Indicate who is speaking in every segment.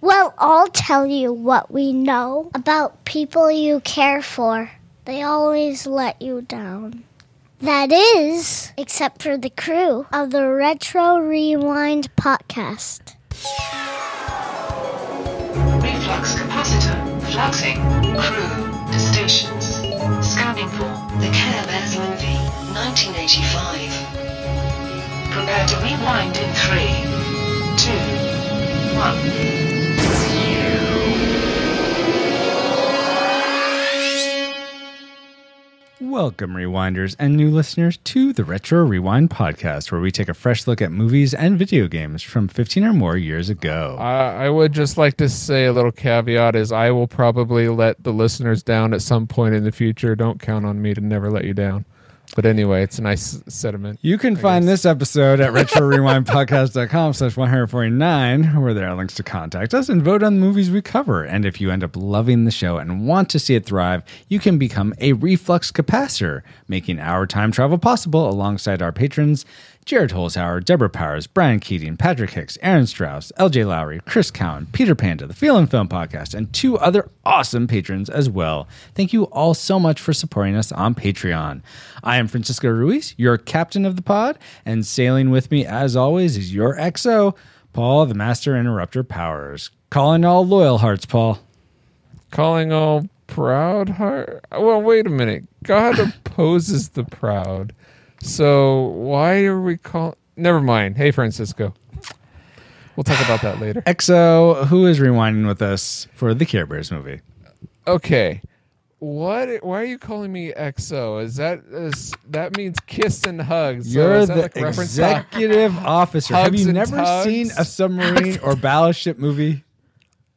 Speaker 1: We'll all tell you what we know about people you care for. They always let you down. That is, except for the crew of the Retro Rewind podcast.
Speaker 2: Reflux capacitor, fluxing, crew, to stations, scanning for the Careless movie, 1985. Prepare to rewind in three, two, one.
Speaker 3: Welcome, Rewinders and new listeners, to the Retro Rewind podcast, where we take a fresh look at movies and video games from 15 or more years ago.
Speaker 4: I, I would just like to say a little caveat is I will probably let the listeners down at some point in the future. Don't count on me to never let you down. But anyway, it's a nice sentiment.
Speaker 3: you can find this episode at retrorewindpodcast.com slash 149, where there are links to contact us and vote on the movies we cover. And if you end up loving the show and want to see it thrive, you can become a reflux capacitor, making our time travel possible alongside our patrons Jared Holzhauer, Deborah Powers, Brian Keating, Patrick Hicks, Aaron Strauss, LJ Lowry, Chris Cowan, Peter Panda, the Feel and Film Podcast, and two other awesome patrons as well. Thank you all so much for supporting us on Patreon. I am Francisco Ruiz, your captain of the pod, and sailing with me as always is your XO, Paul, the Master Interrupter Powers. Calling all loyal hearts, Paul.
Speaker 4: Calling all proud heart. Well, wait a minute. God opposes the proud. So why are we calling? Never mind. Hey, Francisco. We'll talk about that later.
Speaker 3: XO, who is rewinding with us for the Care Bears movie?
Speaker 4: Okay. What? Why are you calling me XO? Is that is, that means kiss and hugs? So
Speaker 3: You're
Speaker 4: is that
Speaker 3: the
Speaker 4: like reference to-
Speaker 3: executive officer. Have
Speaker 4: Hugs
Speaker 3: you
Speaker 4: and
Speaker 3: never
Speaker 4: tugs.
Speaker 3: seen a submarine or battleship movie?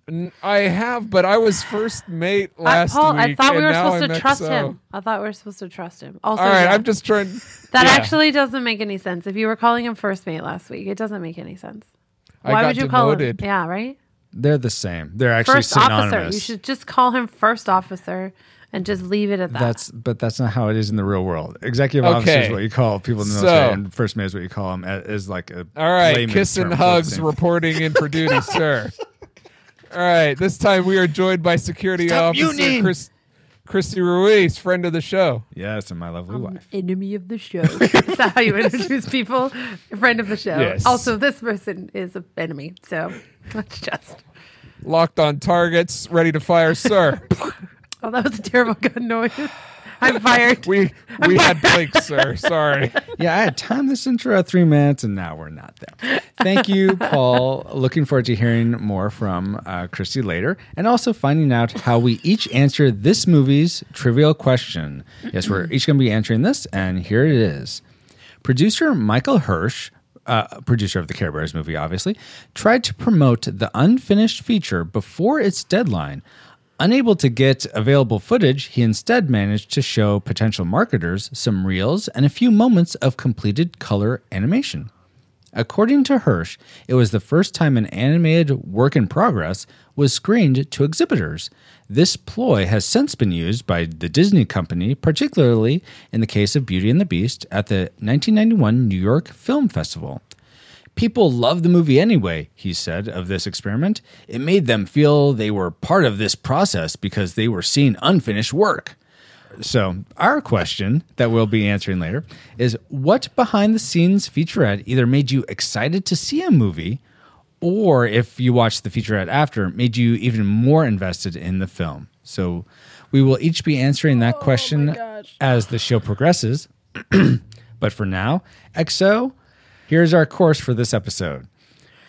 Speaker 4: N- I have, but I was first mate
Speaker 5: I-
Speaker 4: last
Speaker 5: Paul,
Speaker 4: week.
Speaker 5: I thought we
Speaker 4: and
Speaker 5: were
Speaker 4: now
Speaker 5: supposed
Speaker 4: I'm
Speaker 5: to trust
Speaker 4: XO.
Speaker 5: him. I thought we were supposed to trust him. Also,
Speaker 4: All right,
Speaker 5: yeah,
Speaker 4: I'm just trying.
Speaker 5: that
Speaker 4: yeah.
Speaker 5: actually doesn't make any sense. If you were calling him first mate last week, it doesn't make any sense.
Speaker 4: I
Speaker 5: Why
Speaker 4: got
Speaker 5: would you
Speaker 4: demoted.
Speaker 5: call him? Yeah, right.
Speaker 3: They're the same. They're actually
Speaker 5: first
Speaker 3: synonymous.
Speaker 5: officer. You should just call him first officer and just leave it at that.
Speaker 3: That's but that's not how it is in the real world. Executive
Speaker 4: Okay.
Speaker 3: officer is what you call people in the
Speaker 4: So-
Speaker 3: military, and first mate is what you call them. Is like a
Speaker 4: All right,
Speaker 3: layman's
Speaker 4: kiss
Speaker 3: term
Speaker 4: and
Speaker 3: for the
Speaker 4: hugs,
Speaker 3: same thing.
Speaker 4: reporting in for duty, sir. All right, this time we are joined by security
Speaker 3: Stop
Speaker 4: officer
Speaker 3: mutinying.
Speaker 4: Chris, Christy Ruiz, friend of the show.
Speaker 3: yes, and my
Speaker 5: Um,
Speaker 3: lovely wife.
Speaker 5: Enemy of the show. Is that how you introduce people? Friend of the show.
Speaker 4: Yes.
Speaker 5: Also, this person is an enemy. So let's just.
Speaker 4: Locked on targets, ready to fire, sir.
Speaker 5: Oh, that was a terrible gun noise. I'm fired.
Speaker 4: We we had Blake, sir. Sorry.
Speaker 3: Yeah, I had timed this intro at three minutes, and now we're not there. Thank you, Paul. Looking forward to hearing more from uh, Christy later, and also finding out how we each answer this movie's trivial question. Yes, we're each going to be answering this, and here it is. Producer Michael Hirsch, uh, producer of the Care Bears movie, obviously, tried to promote the unfinished feature before its deadline. Unable to get available footage, he instead managed to show potential marketers some reels and a few moments of completed color animation. According to Hirsch, it was the first time an animated work in progress was screened to exhibitors. This ploy has since been used by the Disney company, particularly in the case of Beauty and the Beast at the 1991 New York Film Festival. People love the movie anyway, he said of this experiment. It made them feel they were part of this process because they were seeing unfinished work. So, our question that we'll be answering later is what behind the scenes featurette either made you excited to see a movie or if you watched the featurette after, made you even more invested in the film? So, we will each be answering that question as the show progresses. but for now, XO, here's our course for this episode.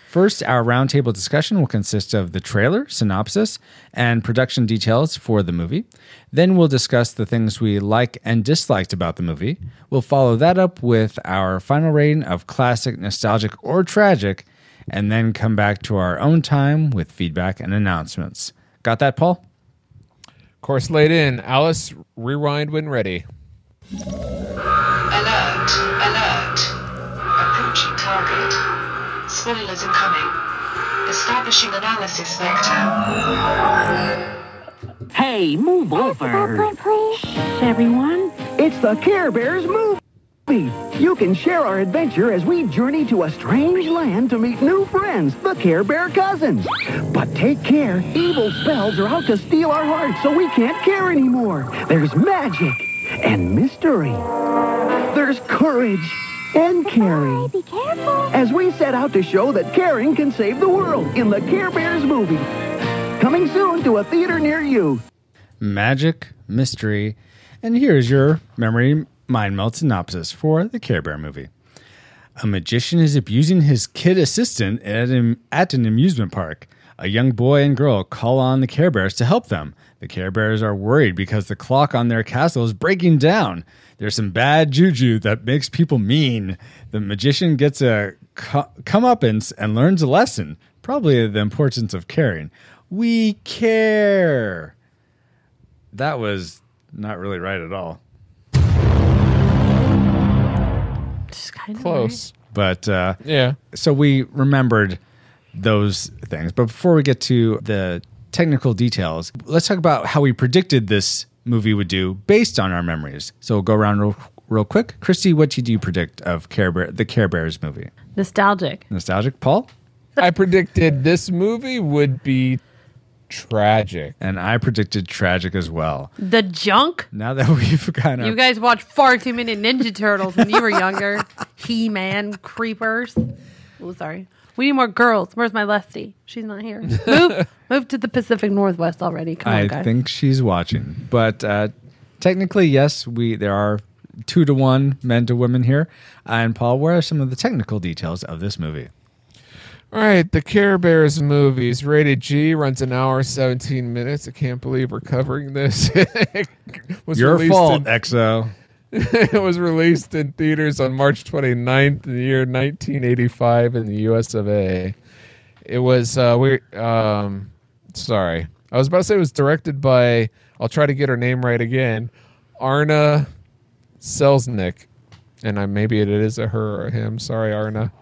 Speaker 3: First, our roundtable discussion will consist of the trailer, synopsis, and production details for the movie. Then we'll discuss the things we like and disliked about the movie. We'll follow that up with our final rating of classic, nostalgic, or tragic, and then come back to our own time with feedback and announcements. Got that, Paul?
Speaker 4: Course laid in. Alice, rewind when ready.
Speaker 2: Alert, alert. Approaching target. Spoilers incoming. Establishing analysis vector.
Speaker 6: Hey, move over. Everyone, it's the Care Bears move. Beat. You can share our adventure as we journey to a strange land to meet new friends, the Care Bear Cousins. But take care, evil spells are out to steal our hearts so we can't care anymore. There's magic and mystery. There's courage and caring.
Speaker 1: Be careful.
Speaker 6: As we set out to show that caring can save the world in the Care Bears movie. Coming soon to a theater near you.
Speaker 3: magic, mystery, and here's your memory mind melt synopsis for the Care Bear movie. A magician is abusing his kid assistant at an, at an amusement park. A young boy and girl call on the Care Bears to help them. The Care Bears are worried because the clock on their castle is breaking down. There's some bad juju that makes people mean. The magician gets a co- comeuppance and learns a lesson, probably the importance of caring. We care that was not really right at all.
Speaker 5: Just kind of
Speaker 4: Close.
Speaker 3: But uh,
Speaker 4: Yeah.
Speaker 3: so we remembered those things. But before we get to the technical details, let's talk about how we predicted this movie would do based on our memories. So we'll go around real, real quick. Christy, what did you predict of Care Bear, the Care Bears movie?
Speaker 5: nostalgic.
Speaker 3: Nostalgic, Paul?
Speaker 4: I predicted this movie would be tragic.
Speaker 3: And I predicted tragic as well.
Speaker 5: The junk.
Speaker 3: Now that we've kind
Speaker 5: You
Speaker 3: of
Speaker 5: guys watched far too many Ninja Turtles when you were younger. he Man, creepers. Oh, sorry. We need more girls. Where's my Leslie? She's not here. Move, move to the Pacific Northwest already. Come on,
Speaker 3: I
Speaker 5: guys.
Speaker 3: think she's watching. But uh, technically, yes, we there are two to one men to women here. And Paul, what are some of the technical details of this movie?
Speaker 4: All right, the Care Bears movies rated G runs an hour seventeen minutes. I can't believe we're covering this. It was
Speaker 3: Your
Speaker 4: released
Speaker 3: fault,
Speaker 4: in-
Speaker 3: EXO.
Speaker 4: it was released in theaters on March 29th, in the year 1985, in the U.S. of A. It was uh, we. Um, sorry, I was about to say it was directed by. I'll try to get her name right again. Arna Selznick, and I maybe it is a her or him. Sorry, Arna.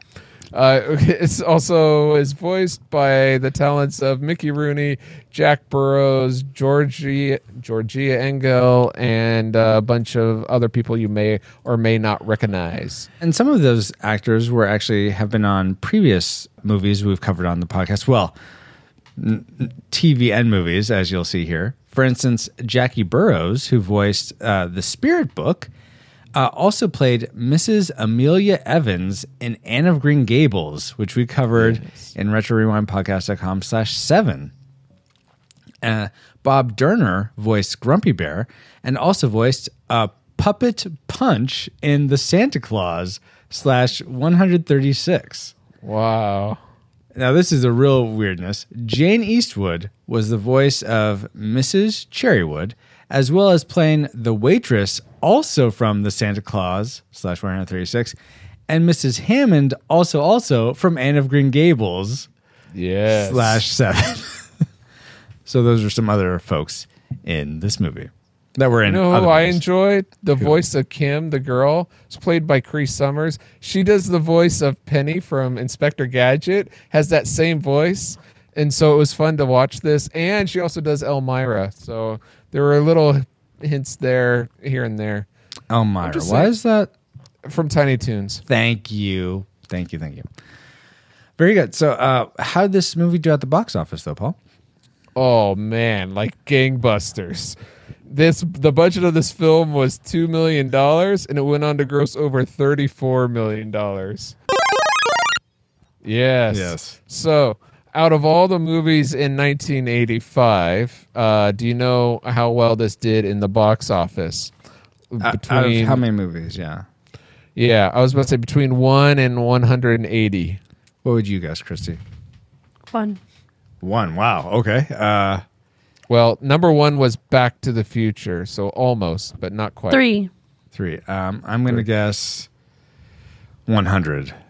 Speaker 4: Uh, it's also is voiced by the talents of Mickey Rooney, Jack Burrows, Georgie, Georgia Engel, and a bunch of other people you may or may not recognize.
Speaker 3: And some of those actors were actually have been on previous movies we've covered on the podcast. Well, n- n- TV and movies, as you'll see here. For instance, Jackie Burroughs, who voiced uh, the Spirit Book, uh, also played Mrs. Amelia Evans in Anne of Green Gables, which we covered in RetroRewindPodcast.com slash seven. Uh, Bob Derner voiced Grumpy Bear and also voiced uh, Puppet Punch in The Santa Claus slash 136.
Speaker 4: Wow.
Speaker 3: Now, this is a real weirdness. Jane Eastwood was the voice of Mrs. Cherrywood, as well as playing the waitress, also from The Santa Claus slash 136, and Mrs. Hammond, also also from Anne of Green Gables
Speaker 4: Yes.
Speaker 3: slash seven. so those are some other folks in this movie that were in.
Speaker 4: You know
Speaker 3: other
Speaker 4: who I
Speaker 3: movies.
Speaker 4: enjoyed? The voice of Kim, the girl. It's played by Cree Summers. She does the voice of Penny from Inspector Gadget, has that same voice. And so it was fun to watch this. And she also does Elmira. So there were little hints there, here and there
Speaker 3: Elmira.
Speaker 4: just
Speaker 3: Why
Speaker 4: saying.
Speaker 3: is that?
Speaker 4: from Tiny Toons.
Speaker 3: Thank you, thank you, thank you. Very good. So, uh, how did this movie do at the box office, though, Paul?
Speaker 4: Oh man, like gangbusters. This the budget of this film was two million dollars, and it went on to gross over thirty-four million dollars. Yes.
Speaker 3: Yes.
Speaker 4: So, out of all the movies in 1985, uh, do you know how well this did in the box office?
Speaker 3: Out of how many movies? Yeah.
Speaker 4: Yeah, I was about to say between one and 180.
Speaker 3: What would you guess, Christy?
Speaker 5: One.
Speaker 3: One. Wow. Okay. Uh,
Speaker 4: Well, number one was Back to the Future, so almost, but not quite.
Speaker 5: Three.
Speaker 3: three. Um, I'm gonna guess one hundred.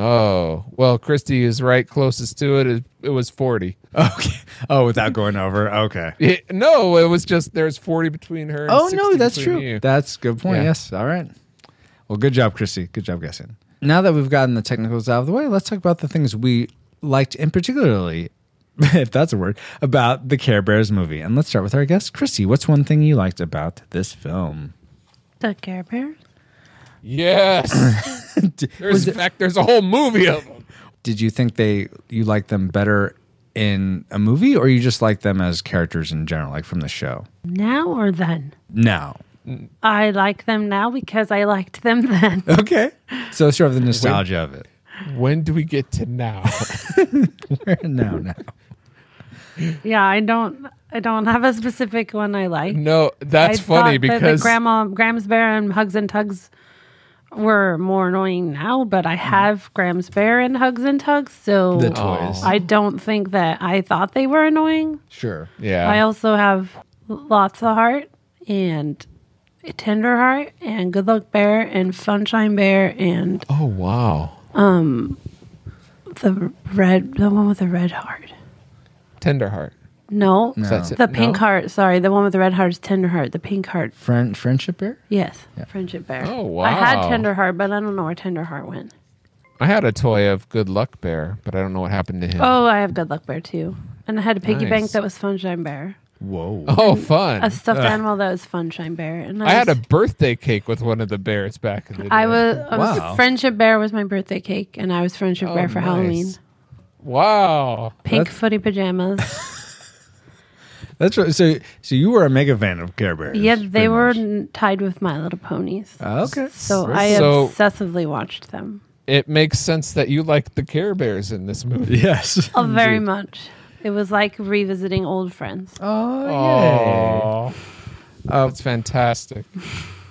Speaker 4: Oh well, Christy is right. Closest to it, it, it was forty.
Speaker 3: Okay. Oh, without going over. Okay.
Speaker 4: Eh, no, it was just there's forty between her. and
Speaker 3: Oh
Speaker 4: 60
Speaker 3: no, that's
Speaker 4: between
Speaker 3: true.
Speaker 4: you.
Speaker 3: That's a good point.
Speaker 4: Yeah.
Speaker 3: Yes. All right. Well, good job, Christy. Good job guessing. Now that we've gotten the technicals out of the way, let's talk about the things we liked, and particularly, if that's a word, about the Care Bears movie. And let's start with our guest, Christy. What's one thing you liked about this film?
Speaker 5: The Care Bears.
Speaker 4: Yes.
Speaker 3: D- was
Speaker 4: There's, in
Speaker 3: it-
Speaker 4: fact, there's a whole movie of them.
Speaker 3: did you think they you liked them better in a movie, or you just like them as characters in general, like from the show?
Speaker 5: Now or then?
Speaker 3: No.
Speaker 5: I like them now because I liked them then.
Speaker 3: Okay. So sort of the nostalgia of it.
Speaker 4: When do we get to now?
Speaker 3: no, no.
Speaker 5: yeah, I don't. I don't have a specific one I like.
Speaker 4: no, that's
Speaker 5: I
Speaker 4: funny
Speaker 5: thought that
Speaker 4: because
Speaker 5: the grandma, Grams Bear, and Hugs and Tugs were more annoying now, but I have Grams Bear and Hugs and Tugs, so
Speaker 3: The toys.
Speaker 5: I don't think that I thought they were annoying.
Speaker 3: Sure.
Speaker 4: yeah,
Speaker 5: I also have lots of heart and tender heart and good luck bear and sunshine bear and
Speaker 4: Oh wow.
Speaker 5: the red the one with the red heart
Speaker 4: Tenderheart.
Speaker 5: no,
Speaker 4: That's it.
Speaker 5: the pink
Speaker 4: No?
Speaker 5: heart sorry the one with the red heart is tender heart the pink heart
Speaker 3: Friend friendship bear?
Speaker 5: yes friendship bear
Speaker 4: Oh,
Speaker 5: i
Speaker 4: wow.
Speaker 5: had tender heart but i don't know where tender heart went
Speaker 4: I had a toy of Good Luck Bear, but I don't know what happened to him.
Speaker 5: oh i have good luck bear too and i had a piggy bank
Speaker 4: Nice.
Speaker 5: that was sunshine bear
Speaker 3: Whoa.
Speaker 4: Oh, fun.
Speaker 5: a stuffed animal that was sunshine bear and
Speaker 4: I had a
Speaker 5: was-
Speaker 4: birthday cake with one of the bears back in the day.
Speaker 5: I was, I was
Speaker 3: Wow.
Speaker 5: friendship bear was my birthday cake, and I was friendship
Speaker 4: Oh,
Speaker 5: bear for
Speaker 4: nice.
Speaker 5: Halloween.
Speaker 4: Wow.
Speaker 5: Pink
Speaker 3: That's-
Speaker 5: footy pajamas.
Speaker 3: That's right. So so you were a mega fan of Care Bears.
Speaker 5: yeah, they
Speaker 3: pretty
Speaker 5: were
Speaker 3: much.
Speaker 5: n- tied with My Little Ponies.
Speaker 3: Okay.
Speaker 5: so I
Speaker 4: So-
Speaker 5: obsessively watched them.
Speaker 4: It makes sense that you like the Care Bears in this movie.
Speaker 3: Yes.
Speaker 5: Oh, very much. It was like revisiting old friends.
Speaker 3: Oh, yay.
Speaker 4: Oh, that's fantastic.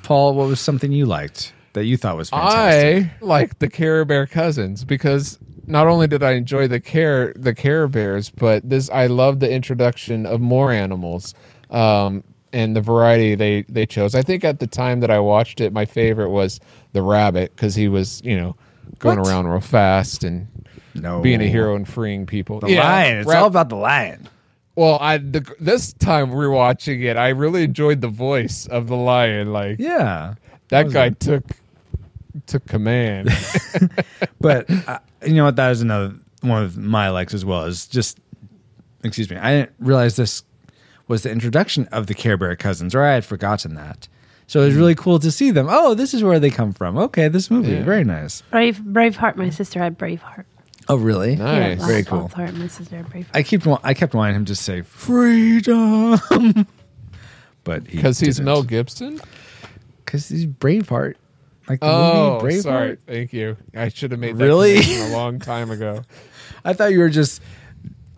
Speaker 3: Paul, what was something you liked that you thought was fantastic?
Speaker 4: I like the Care Bear cousins because not only did I enjoy the care the Care Bears, but this I love the introduction of more animals um, and the variety they they chose. I think at the time that I watched it, my favorite was the rabbit because he was you know going
Speaker 3: What?
Speaker 4: around real fast and
Speaker 3: no.
Speaker 4: being a hero and freeing people.
Speaker 3: Oh. The lion. It's
Speaker 4: rab-
Speaker 3: all about the lion.
Speaker 4: Well, I the, this time rewatching it, I really enjoyed the voice of the lion. Like
Speaker 3: Yeah.
Speaker 4: that guy took took command.
Speaker 3: But uh, you know what? That is another one of my likes as well. Is just excuse me. I didn't realize this was the introduction of the Care Bear cousins, or I had forgotten that. So it was really cool to see them. Oh, this is where they come from. Okay, this movie, very nice.
Speaker 5: Brave, Braveheart. My sister had Braveheart.
Speaker 3: Oh, really?
Speaker 4: nice.
Speaker 5: Very cool. Heart, my sister had Braveheart.
Speaker 3: I kept wa- I kept wanting him to say freedom, but
Speaker 4: Because he's Mel
Speaker 3: no
Speaker 4: Gibson.
Speaker 3: because he's Braveheart, like the
Speaker 4: Oh,
Speaker 3: movie Braveheart.
Speaker 4: sorry. Thank you. I should have made that
Speaker 3: Really?
Speaker 4: connection a long time ago.
Speaker 3: I thought you were just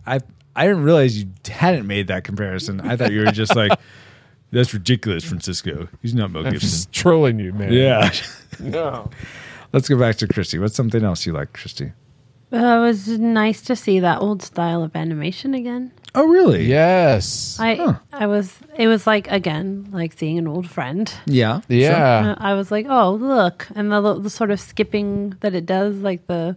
Speaker 3: I I didn't realize you hadn't made that comparison. I thought you were just like that's ridiculous, Francisco. He's not Mel
Speaker 4: I'm
Speaker 3: Gibson.
Speaker 4: just trolling you, man.
Speaker 3: Yeah.
Speaker 4: No.
Speaker 3: Let's go back to Christy. What's something else you like, Christy?
Speaker 5: Uh, it was nice to see that old style of animation again.
Speaker 3: Oh, really?
Speaker 4: Yes.
Speaker 5: I
Speaker 3: Huh.
Speaker 5: I was it was like again like seeing an old friend.
Speaker 3: Yeah.
Speaker 5: Uh,
Speaker 4: yeah.
Speaker 5: I was like, oh look, and the, the sort of skipping that it does, like the, the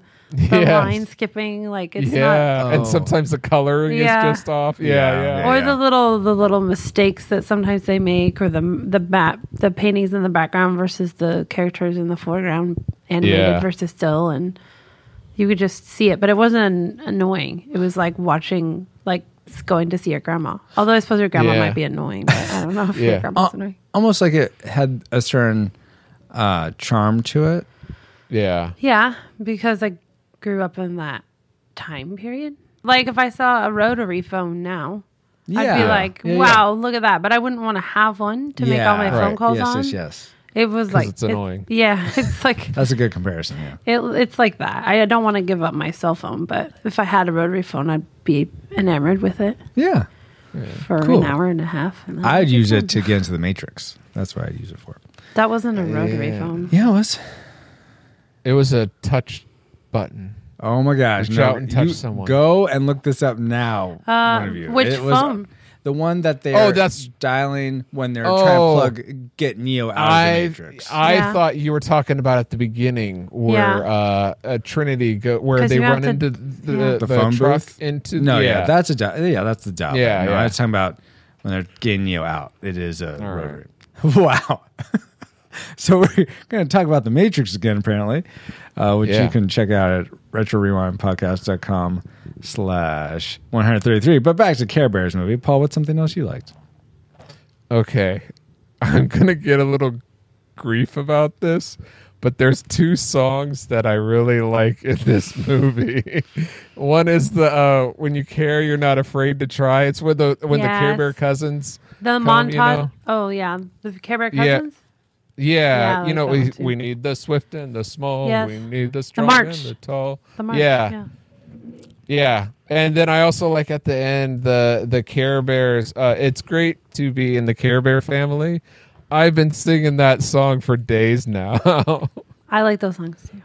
Speaker 4: Yes.
Speaker 5: line skipping, like it's
Speaker 4: yeah.
Speaker 3: not-
Speaker 4: And sometimes the coloring
Speaker 5: Yeah.
Speaker 4: is just off. Yeah.
Speaker 3: Oh. Yeah,
Speaker 4: Yeah.
Speaker 5: not, or
Speaker 3: yeah.
Speaker 5: the little the little mistakes that sometimes they make, or the the map, the paintings in the background versus the characters in the foreground, animated
Speaker 4: Yeah.
Speaker 5: versus still, and you could just see it, but it wasn't an- annoying. It was like watching like going to see your grandma. Although I suppose your grandma
Speaker 4: Yeah.
Speaker 5: might be annoying, but I don't know if
Speaker 4: Yeah.
Speaker 5: your grandma's annoying.
Speaker 3: Uh, Almost like it had a certain uh, charm to it.
Speaker 4: Yeah.
Speaker 5: Yeah, because I grew up in that time period. Like if I saw a rotary phone now, I'd be
Speaker 3: Yeah.
Speaker 5: like,
Speaker 3: Yeah, yeah.
Speaker 5: "Wow, look at that!" But I wouldn't want to have one to make all my
Speaker 3: Yeah.
Speaker 5: phone calls
Speaker 3: yes,
Speaker 5: on.
Speaker 3: Yes, yes,
Speaker 5: It was like
Speaker 4: it's annoying.
Speaker 5: yeah, it's like
Speaker 3: That's a good comparison. Yeah.
Speaker 5: it, it's like that. I don't want to give up my cell phone, but if I had a rotary phone, I'd be enamored with it
Speaker 3: Yeah.
Speaker 5: for
Speaker 3: Cool.
Speaker 5: an hour and a half. And that
Speaker 3: I'd
Speaker 5: was
Speaker 3: use
Speaker 5: fun.
Speaker 3: it to get into the Matrix. That's what I'd use it for.
Speaker 5: That wasn't a rotary phone.
Speaker 3: Yeah, it was.
Speaker 4: It was a touch button.
Speaker 3: Oh my gosh!
Speaker 4: Reach
Speaker 3: no,
Speaker 4: out and touch
Speaker 3: you
Speaker 4: someone.
Speaker 3: Go and look this up now.
Speaker 5: Uh,
Speaker 3: one of you.
Speaker 5: which
Speaker 3: it was
Speaker 5: phone?
Speaker 3: The one that they
Speaker 4: Oh, that's-
Speaker 3: dialing when they're
Speaker 4: Oh.
Speaker 3: trying to plug get Neo out of the
Speaker 4: I
Speaker 3: Matrix.
Speaker 4: I
Speaker 5: Yeah.
Speaker 4: thought you were talking about at the beginning where
Speaker 5: Yeah.
Speaker 4: uh, a Trinity go where
Speaker 5: 'Cause
Speaker 4: they
Speaker 5: you have
Speaker 4: run
Speaker 5: to-
Speaker 4: into the,
Speaker 5: yeah.
Speaker 4: the,
Speaker 3: the, phone
Speaker 4: truck
Speaker 3: booth
Speaker 4: into
Speaker 3: no,
Speaker 4: the,
Speaker 3: yeah. that's a dial. Yeah, that's the dial.
Speaker 4: Yeah,
Speaker 3: no,
Speaker 4: yeah.
Speaker 3: I was talking about when they're getting Neo out. It is a
Speaker 4: All
Speaker 3: rotary. Wow. so we're going to talk about the Matrix again, apparently, uh, which
Speaker 4: Yeah.
Speaker 3: you can check out at retrorewindpodcast.com slash 133. But back to Care Bears movie. Paul, what's something else you liked?
Speaker 4: Okay. I'm going to get a little grief about this, but there's two songs that I really like in this movie. One is the uh, "When You Care, You're Not Afraid to Try." It's when the when the Care
Speaker 5: Yes.
Speaker 4: Bear cousins
Speaker 5: The
Speaker 4: come,
Speaker 5: montage.
Speaker 4: you know?
Speaker 5: Oh yeah, the Care Bear
Speaker 4: Yeah.
Speaker 5: cousins.
Speaker 4: Yeah,
Speaker 5: Yeah, I
Speaker 4: you
Speaker 5: like
Speaker 4: know
Speaker 5: that one
Speaker 4: we,
Speaker 5: too.
Speaker 4: we need the swift and the small.
Speaker 5: Yes.
Speaker 4: We need the strong
Speaker 5: march.
Speaker 4: and the tall.
Speaker 5: The march.
Speaker 4: yeah, Yeah, and then I also like at the end the the Care Bears. Uh, it's great to be in the Care Bear family. I've been singing that song for days now. Oh,
Speaker 5: I like those songs too.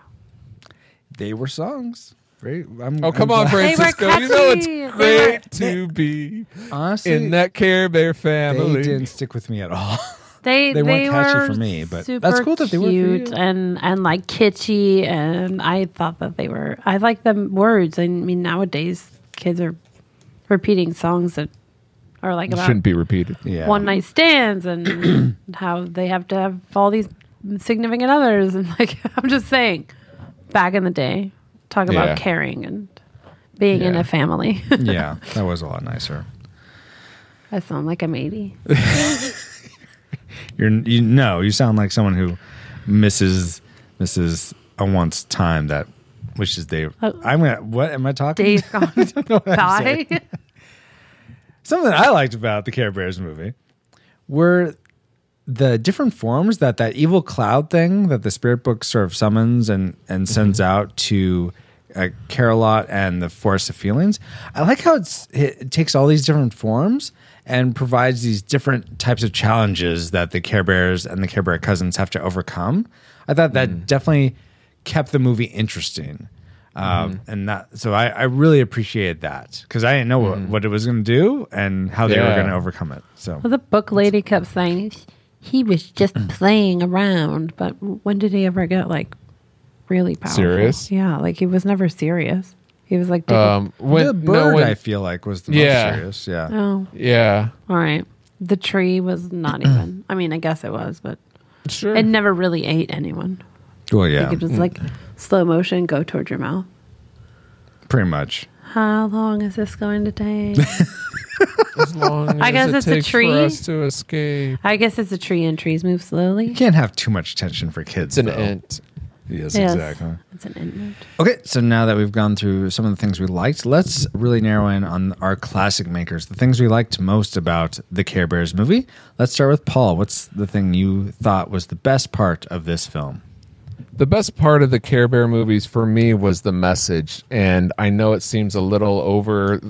Speaker 3: They were songs. Very, I'm,
Speaker 4: oh,
Speaker 3: I'm
Speaker 4: come
Speaker 3: glad-
Speaker 4: on,
Speaker 5: They were
Speaker 4: Francisco! You know it's
Speaker 5: catchy. They
Speaker 4: great
Speaker 3: were-
Speaker 4: to be
Speaker 3: Honestly,
Speaker 4: in that Care Bear
Speaker 3: they didn't
Speaker 4: family.
Speaker 3: stick with me at all.
Speaker 5: They
Speaker 3: They weren't catchy
Speaker 5: were
Speaker 3: for me, but
Speaker 5: super
Speaker 3: that's cool that they were for
Speaker 5: cute
Speaker 3: you.
Speaker 5: and and like kitschy. And I thought that they were. I like the words. I mean, nowadays kids are repeating songs that are like about
Speaker 4: be repeated.
Speaker 3: yeah.
Speaker 5: one night stands and how they have to have all these significant others and like I'm just saying back in the day talk about
Speaker 4: Yeah.
Speaker 5: caring and being in
Speaker 4: Yeah.
Speaker 5: a family
Speaker 3: yeah, that was a lot nicer.
Speaker 5: I sound like I'm 80
Speaker 3: You're you know you sound like someone who misses misses a once time that wishes they. I'm gonna. What am I talking?
Speaker 5: days gone by
Speaker 3: Something I liked about the Care Bears movie were the different forms that that evil cloud thing that the spirit book sort of summons and and sends out to uh, Carolot and the Forest of Feelings. I like how it's, it takes all these different forms and provides these different types of challenges that the Care Bears and the Care Bear cousins have to overcome. I thought that definitely kept the movie interesting. Um, And that, so I, I really appreciated that because I didn't know what, what it was going to do and how they were
Speaker 4: Yeah.
Speaker 3: going to overcome it. So
Speaker 5: the book lady kept saying he was just playing around but when did he ever get like really powerful
Speaker 4: Serious?
Speaker 5: yeah like he was never serious he was like
Speaker 4: Um, when,
Speaker 3: the
Speaker 4: no,
Speaker 3: bird,
Speaker 4: when-
Speaker 3: I feel like, was the
Speaker 4: Yeah.
Speaker 3: most serious. Yeah.
Speaker 5: oh
Speaker 4: yeah,
Speaker 5: all right the tree was not even I mean I guess it was but
Speaker 4: sure.
Speaker 5: It never really ate anyone.
Speaker 3: Well,
Speaker 5: You
Speaker 3: yeah,
Speaker 5: could just like slow motion go towards your mouth.
Speaker 3: pretty much.
Speaker 5: How long is this going to take?
Speaker 4: as long as
Speaker 5: I guess
Speaker 4: it
Speaker 5: it's a
Speaker 4: takes
Speaker 5: tree.
Speaker 4: for us to escape.
Speaker 5: I guess it's a tree and trees move slowly.
Speaker 3: You can't have too much tension for kids.
Speaker 4: It's an
Speaker 3: though.
Speaker 4: ant.
Speaker 3: Yes,
Speaker 5: Yes.
Speaker 3: exactly.
Speaker 5: It's an end.
Speaker 3: Okay, so now that we've gone through some of the things we liked, let's really narrow in on our classic makers, the things we liked most about the Care Bears movie. Let's start with Paul. What's the thing you thought was the best part of this film?
Speaker 4: The best part of the Care Bear movies for me was the message, and I know it seems a little over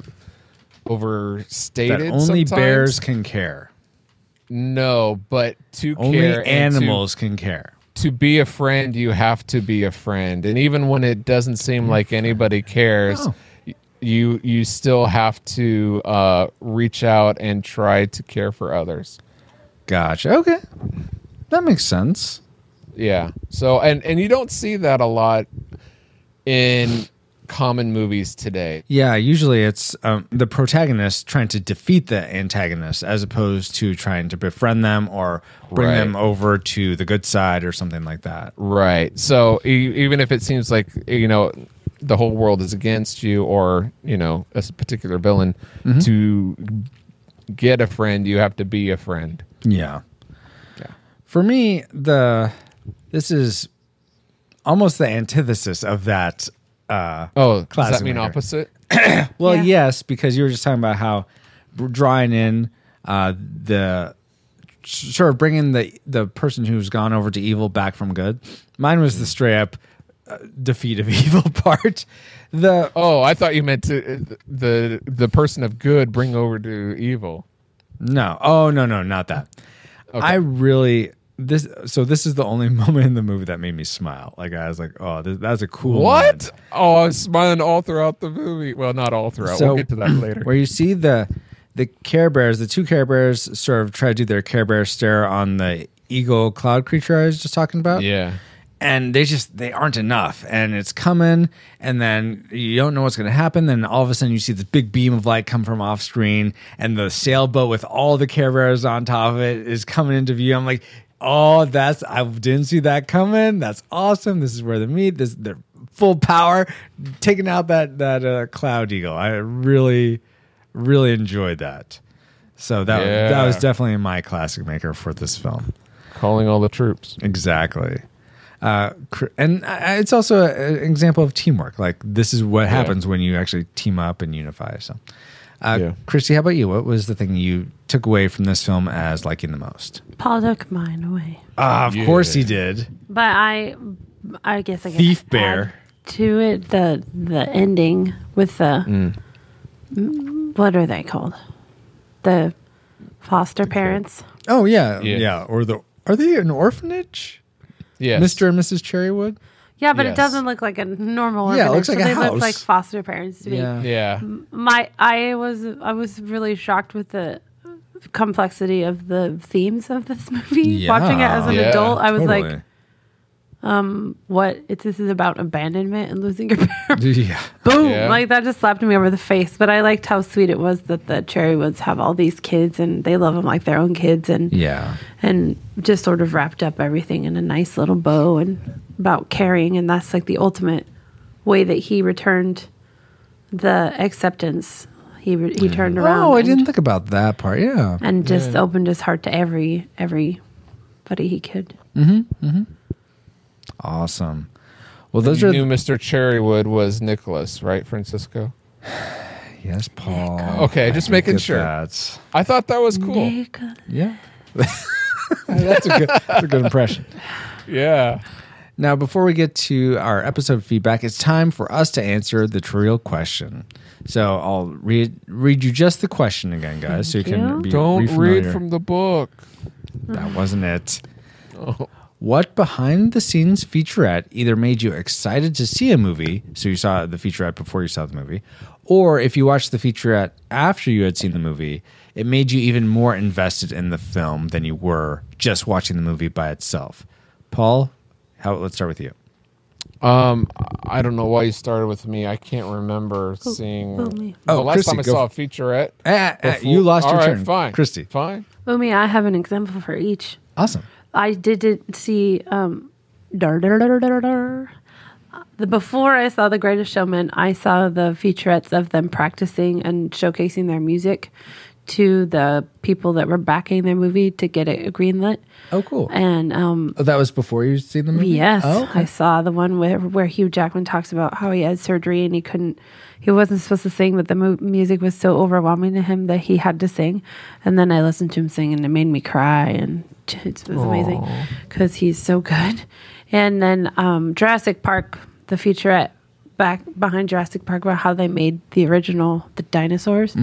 Speaker 4: overstated.
Speaker 3: that only
Speaker 4: sometimes.
Speaker 3: bears can care.
Speaker 4: no, but to
Speaker 3: Only
Speaker 4: care and to-
Speaker 3: animals can care.
Speaker 4: to be a friend, you have to be a friend, and even when it doesn't seem like anybody cares,
Speaker 3: Oh.
Speaker 4: y- you you still have to uh, reach out and try to care for others.
Speaker 3: Gotcha. Okay, that makes sense.
Speaker 4: Yeah. So and and you don't see that a lot in common movies today.
Speaker 3: Yeah, usually it's um, the protagonist trying to defeat the antagonist as opposed to trying to befriend them or bring
Speaker 4: Right.
Speaker 3: them over to the good side or something like that.
Speaker 4: Right. So e- even if it seems like you know the whole world is against you, or you know a s- particular villain,
Speaker 3: Mm-hmm.
Speaker 4: to get a friend, you have to be a friend.
Speaker 3: Yeah. For me, the this is almost the antithesis of that.
Speaker 4: Oh, does
Speaker 3: Classic
Speaker 4: that mean
Speaker 3: maker.
Speaker 4: opposite?
Speaker 3: Well,
Speaker 5: Yeah.
Speaker 3: yes, because you were just talking about how we're drawing in uh, the sort of bringing the the person who's gone over to evil back from good. Mine was the straight up uh, defeat of evil part. The
Speaker 4: Oh, I thought you meant to the the person of good bring over to evil.
Speaker 3: No. Oh no no not that. I really this so this is the only moment in the movie that made me smile. Like I was like, oh, this, that's a cool
Speaker 4: What?
Speaker 3: moment.
Speaker 4: Oh, I was smiling all throughout the movie. Well, not all throughout.
Speaker 3: So-
Speaker 4: we'll get to that later.
Speaker 3: Where you see the the Care Bears, the two Care Bears sort of try to do their Care Bear stare on the eagle cloud creature I was just talking about.
Speaker 4: Yeah.
Speaker 3: and they just they aren't enough and it's coming and then you don't know what's going to happen then all of a sudden you see this big beam of light come from off screen and the sailboat with all the Care Bears on top of it is coming into view i'm like oh that's i didn't see that coming that's awesome this is where they meet this their full power taking out that that uh, cloud eagle i really really enjoyed that so that that was
Speaker 4: Yeah.
Speaker 3: definitely my classic maker for this film
Speaker 4: calling all the troops.
Speaker 3: Exactly. Uh, cr- and I- I- it's also a- an example of teamwork. Like this is what happens when you actually team up and unify. So, uh,
Speaker 4: Yeah.
Speaker 3: Christy, how about you? What was the thing you took away from this film as liking the most?
Speaker 5: Paul took mine away.
Speaker 3: Ah, of
Speaker 4: Yeah.
Speaker 3: course he did.
Speaker 5: But I, I guess I can
Speaker 3: Thief
Speaker 5: add
Speaker 3: bear.
Speaker 5: to it the the ending with the Mm, what are they called? The foster parents.
Speaker 3: Oh yeah,
Speaker 4: Yeah.
Speaker 3: yeah. Or the are they an orphanage?
Speaker 4: Yes.
Speaker 3: Mr. and Mrs. Cherrywood.
Speaker 5: Yeah, but
Speaker 4: Yes.
Speaker 5: it doesn't look like a normal.
Speaker 3: Yeah, it
Speaker 5: orphanage,
Speaker 3: looks like
Speaker 5: so
Speaker 3: a
Speaker 5: they
Speaker 3: house.
Speaker 5: look like foster parents to me.
Speaker 4: Yeah.
Speaker 5: My I was I was really shocked with the complexity of the themes of this movie. Watching it as an
Speaker 4: Yeah.
Speaker 5: adult, I was like,
Speaker 3: totally.
Speaker 5: "What? It's this is about abandonment and losing your parents."
Speaker 3: yeah,
Speaker 5: Boom!
Speaker 4: Yeah.
Speaker 5: Like that just slapped me over the face. But I liked how sweet it was that the Cherrywoods have all these kids and they love them like their own kids, and
Speaker 3: yeah.
Speaker 5: and just sort of wrapped up everything in a nice little bow and about caring, and that's like the ultimate way that he returned the acceptance. He re- he turned around.
Speaker 3: Oh, I
Speaker 5: and-
Speaker 3: didn't think about that part. Yeah,
Speaker 5: and just opened his heart to every everybody he could.
Speaker 3: awesome. Well, those
Speaker 4: You
Speaker 3: are
Speaker 4: knew Mr. Cherrywood was Nicholas, right, Francisco?
Speaker 3: yes, Paul.
Speaker 4: Okay, Oh, just
Speaker 3: I
Speaker 4: making
Speaker 3: get
Speaker 4: sure.
Speaker 3: that.
Speaker 4: I thought that was cool.
Speaker 5: Nicholas.
Speaker 3: Yeah. that's, a good, that's a good impression.
Speaker 4: Yeah.
Speaker 3: Now, before we get to our episode feedback, it's time for us to answer the trivial question. So I'll read read you just the question again, guys, so you can
Speaker 5: you.
Speaker 3: be
Speaker 4: Don't
Speaker 3: re-familiar.
Speaker 4: read from the book.
Speaker 3: that wasn't it. Oh. What behind the scenes featurette either made you excited to see a movie, so you saw the featurette before you saw the movie, or if you watched the featurette after you had seen the movie, it made you even more invested in the film than you were just watching the movie by itself? Paul, how, let's start with you.
Speaker 4: Um, I don't know why you started with me. I can't remember seeing.
Speaker 5: who me?
Speaker 4: the
Speaker 3: Oh,
Speaker 4: last time I
Speaker 3: Chrissy, go
Speaker 4: saw a featurette.
Speaker 3: Ah, ah,
Speaker 4: before-
Speaker 3: you lost your
Speaker 4: All right,
Speaker 3: turn,
Speaker 4: Fine,
Speaker 3: Christy.
Speaker 4: Fine.
Speaker 5: Umi, I have an example for each.
Speaker 3: Awesome.
Speaker 5: I didn't see um, dar, dar, dar, dar, dar. the before I saw The Greatest Showman. I saw the featurettes of them practicing and showcasing their music to the people that were backing their movie to get it greenlit.
Speaker 3: Oh, cool.
Speaker 5: And um,
Speaker 3: Oh, that was before you seen the movie.
Speaker 5: Yes,
Speaker 3: Oh, okay.
Speaker 5: I saw the one where where Hugh Jackman talks about how he had surgery and he couldn't, he wasn't supposed to sing, but the mu- music was so overwhelming to him that he had to sing. And then I listened to him sing, and it made me cry, and it was amazing because he's so good. And then um, Jurassic Park, the featurette back behind Jurassic Park about how they made the original the dinosaurs.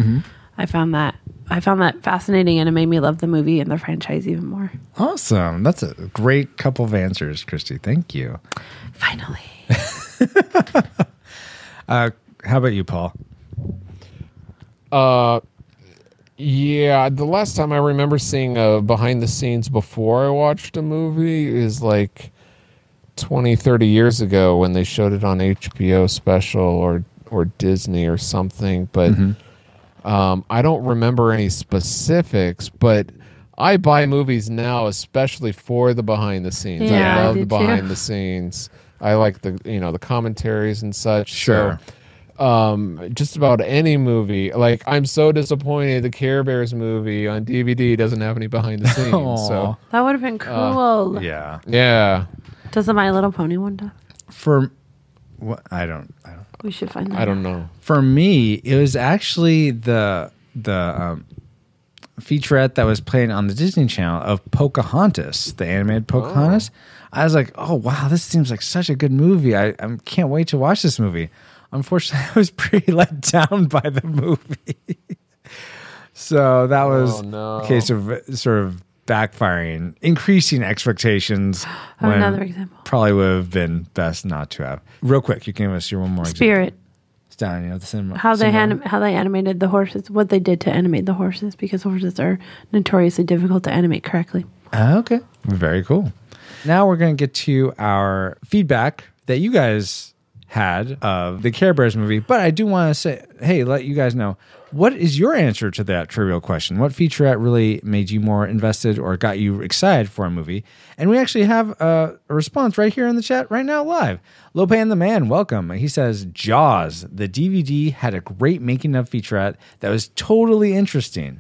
Speaker 5: I found that I found that fascinating, and it made me love the movie and the franchise even more.
Speaker 3: Awesome. That's a great couple of answers, Christy. Thank you.
Speaker 5: Finally.
Speaker 3: How about you, Paul?
Speaker 4: Yeah, the last time I remember seeing a behind the scenes before I watched a movie is like 20, 30 years ago when they showed it on HBO special or or Disney or something, but um, I don't remember any specifics, but I buy movies now especially for the behind the scenes.
Speaker 5: Yeah,
Speaker 4: I
Speaker 5: I
Speaker 4: love
Speaker 5: do
Speaker 4: the
Speaker 5: too.
Speaker 4: behind the scenes. I like the, you know, the commentaries and such. so
Speaker 3: Sure.
Speaker 4: um, just about any movie. Like I'm so disappointed the Care Bears movie on DVD doesn't have any behind the scenes. so
Speaker 5: That would have been cool.
Speaker 3: Yeah.
Speaker 4: yeah,
Speaker 5: Does the My Little Pony one die?
Speaker 3: For what I don't, I don't.
Speaker 5: We should find that.
Speaker 4: I don't know.
Speaker 3: For me, it was actually the the um, featurette that was playing on the Disney Channel of Pocahontas, the animated
Speaker 4: Oh.
Speaker 3: Pocahontas. I was like, oh wow, this seems like such a good movie. I, I can't wait to watch this movie. Unfortunately, I was pretty let down by the movie. so that was
Speaker 4: Oh, no.
Speaker 3: a case of sort of backfiring, increasing expectations.
Speaker 5: Oh, another example.
Speaker 3: Probably would have been best not to have. Real quick, you can give us your one more example.
Speaker 5: Spirit.
Speaker 3: It's down, you know, the cinema.
Speaker 5: How they
Speaker 3: cinema-
Speaker 5: anim- how they animated the horses, what they did to animate the horses, because horses are notoriously difficult to animate correctly.
Speaker 3: Ah, okay. Very cool. Now we're going to get to our feedback that you guys had of the Care Bears movie. But I do want to say, hey, let you guys know what is your answer to that trivial question? What featurette really made you more invested or got you excited for a movie? And we actually have a, a response right here in the chat right now, live. Lope and the Man, welcome. He says, Jaws, the DVD had a great making of featurette that was totally interesting.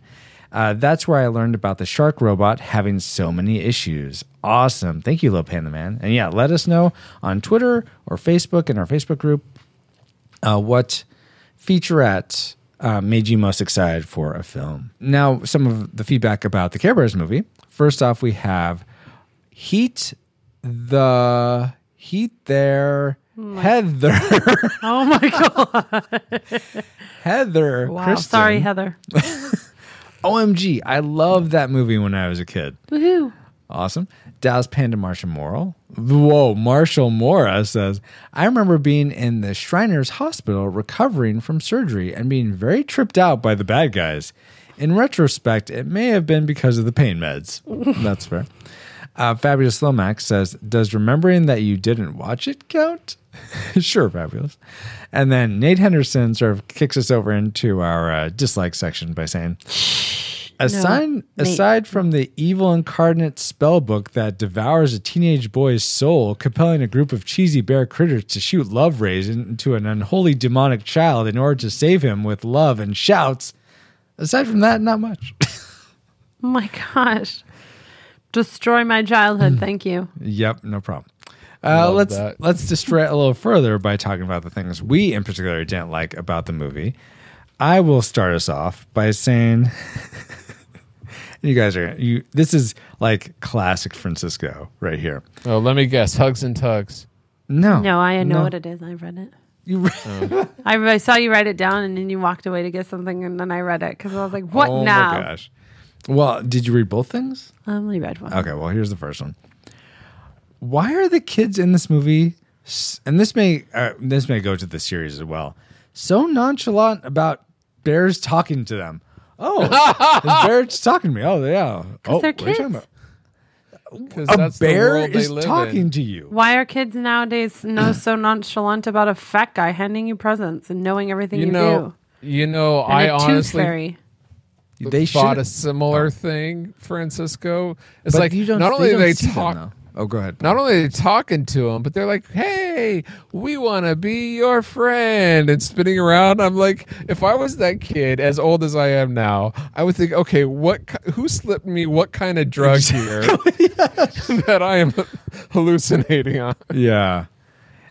Speaker 3: Uh, that's where I learned about the shark robot having so many issues. Awesome. Thank you, Lopan the Man. And yeah, let us know on Twitter or Facebook in our Facebook group uh, what featurette uh, made you most excited for a film. Now, some of the feedback about the Care Bears movie. First off, we have Heat the Heat there. Heather,
Speaker 5: Oh my god!
Speaker 3: Heather,
Speaker 5: Wow.
Speaker 3: Kristen.
Speaker 5: Sorry, Heather.
Speaker 3: OMG, I loved that movie when I was a kid.
Speaker 5: Woohoo!
Speaker 3: Awesome. Dallas Panda Marshall Morrill. Whoa, Marshall Mora says, I remember being in the Shriners Hospital recovering from surgery and being very tripped out by the bad guys. In retrospect, it may have been because of the pain meds. That's fair. Uh, Fabulous Lomax says, Does remembering that you didn't watch it count? sure, Fabulous. And then Nate Henderson sort of kicks us over into our uh, dislike section by saying, Aside,
Speaker 5: Nate.
Speaker 3: aside from the evil incarnate spell book that devours a teenage boy's soul, compelling a group of cheesy bear critters to shoot love rays into an unholy demonic child in order to save him with love and shouts, aside from that, not much.
Speaker 5: Oh my gosh! Destroy my childhood. Thank you.
Speaker 3: Yep, no problem. Uh,
Speaker 4: Love
Speaker 3: let's
Speaker 4: that.
Speaker 3: let's destroy it a little further by talking about the things we in particular didn't like about the movie. I will start us off by saying, you guys are you. This is like classic Francisco right here.
Speaker 4: Oh, let me guess. Hugs and tugs.
Speaker 3: No,
Speaker 5: No, I know what it is. I've read it.
Speaker 3: You,
Speaker 5: I, I saw you write it down, and then you walked away to get something, and then I read it because I was like, "What
Speaker 3: oh
Speaker 5: now?"
Speaker 3: my gosh! Well, did you read both things?
Speaker 5: I only read one.
Speaker 3: Okay, well, here's the first one. Why are the kids in this movie, s- and this may uh, this may go to the series as well, so nonchalant about bears talking to them? Oh, this bear's talking to me. Oh, yeah. Oh,
Speaker 5: they're
Speaker 3: what are you talking
Speaker 5: kids.
Speaker 4: Because
Speaker 3: about? A bear is talking to you.
Speaker 5: Why are kids nowadays no so nonchalant about a fat guy handing you presents and knowing everything you,
Speaker 4: You know, you know,
Speaker 5: do? And
Speaker 4: I
Speaker 5: a tooth
Speaker 4: honestly
Speaker 5: fairy.
Speaker 3: They
Speaker 4: thought
Speaker 3: should.
Speaker 4: a similar thing, Francisco. It's
Speaker 3: but
Speaker 4: like
Speaker 3: you don't,
Speaker 4: not only
Speaker 3: don't
Speaker 4: they
Speaker 3: see them,
Speaker 4: talk,
Speaker 3: though. oh, go ahead.
Speaker 4: not only are they talking to him, but they're like, "Hey, we want to be your friend," and spinning around. I'm like, if I was that kid, as old as I am now, I would think, "Okay, what? ki- Who slipped me? What kind of drug here that I am hallucinating on?"
Speaker 3: yeah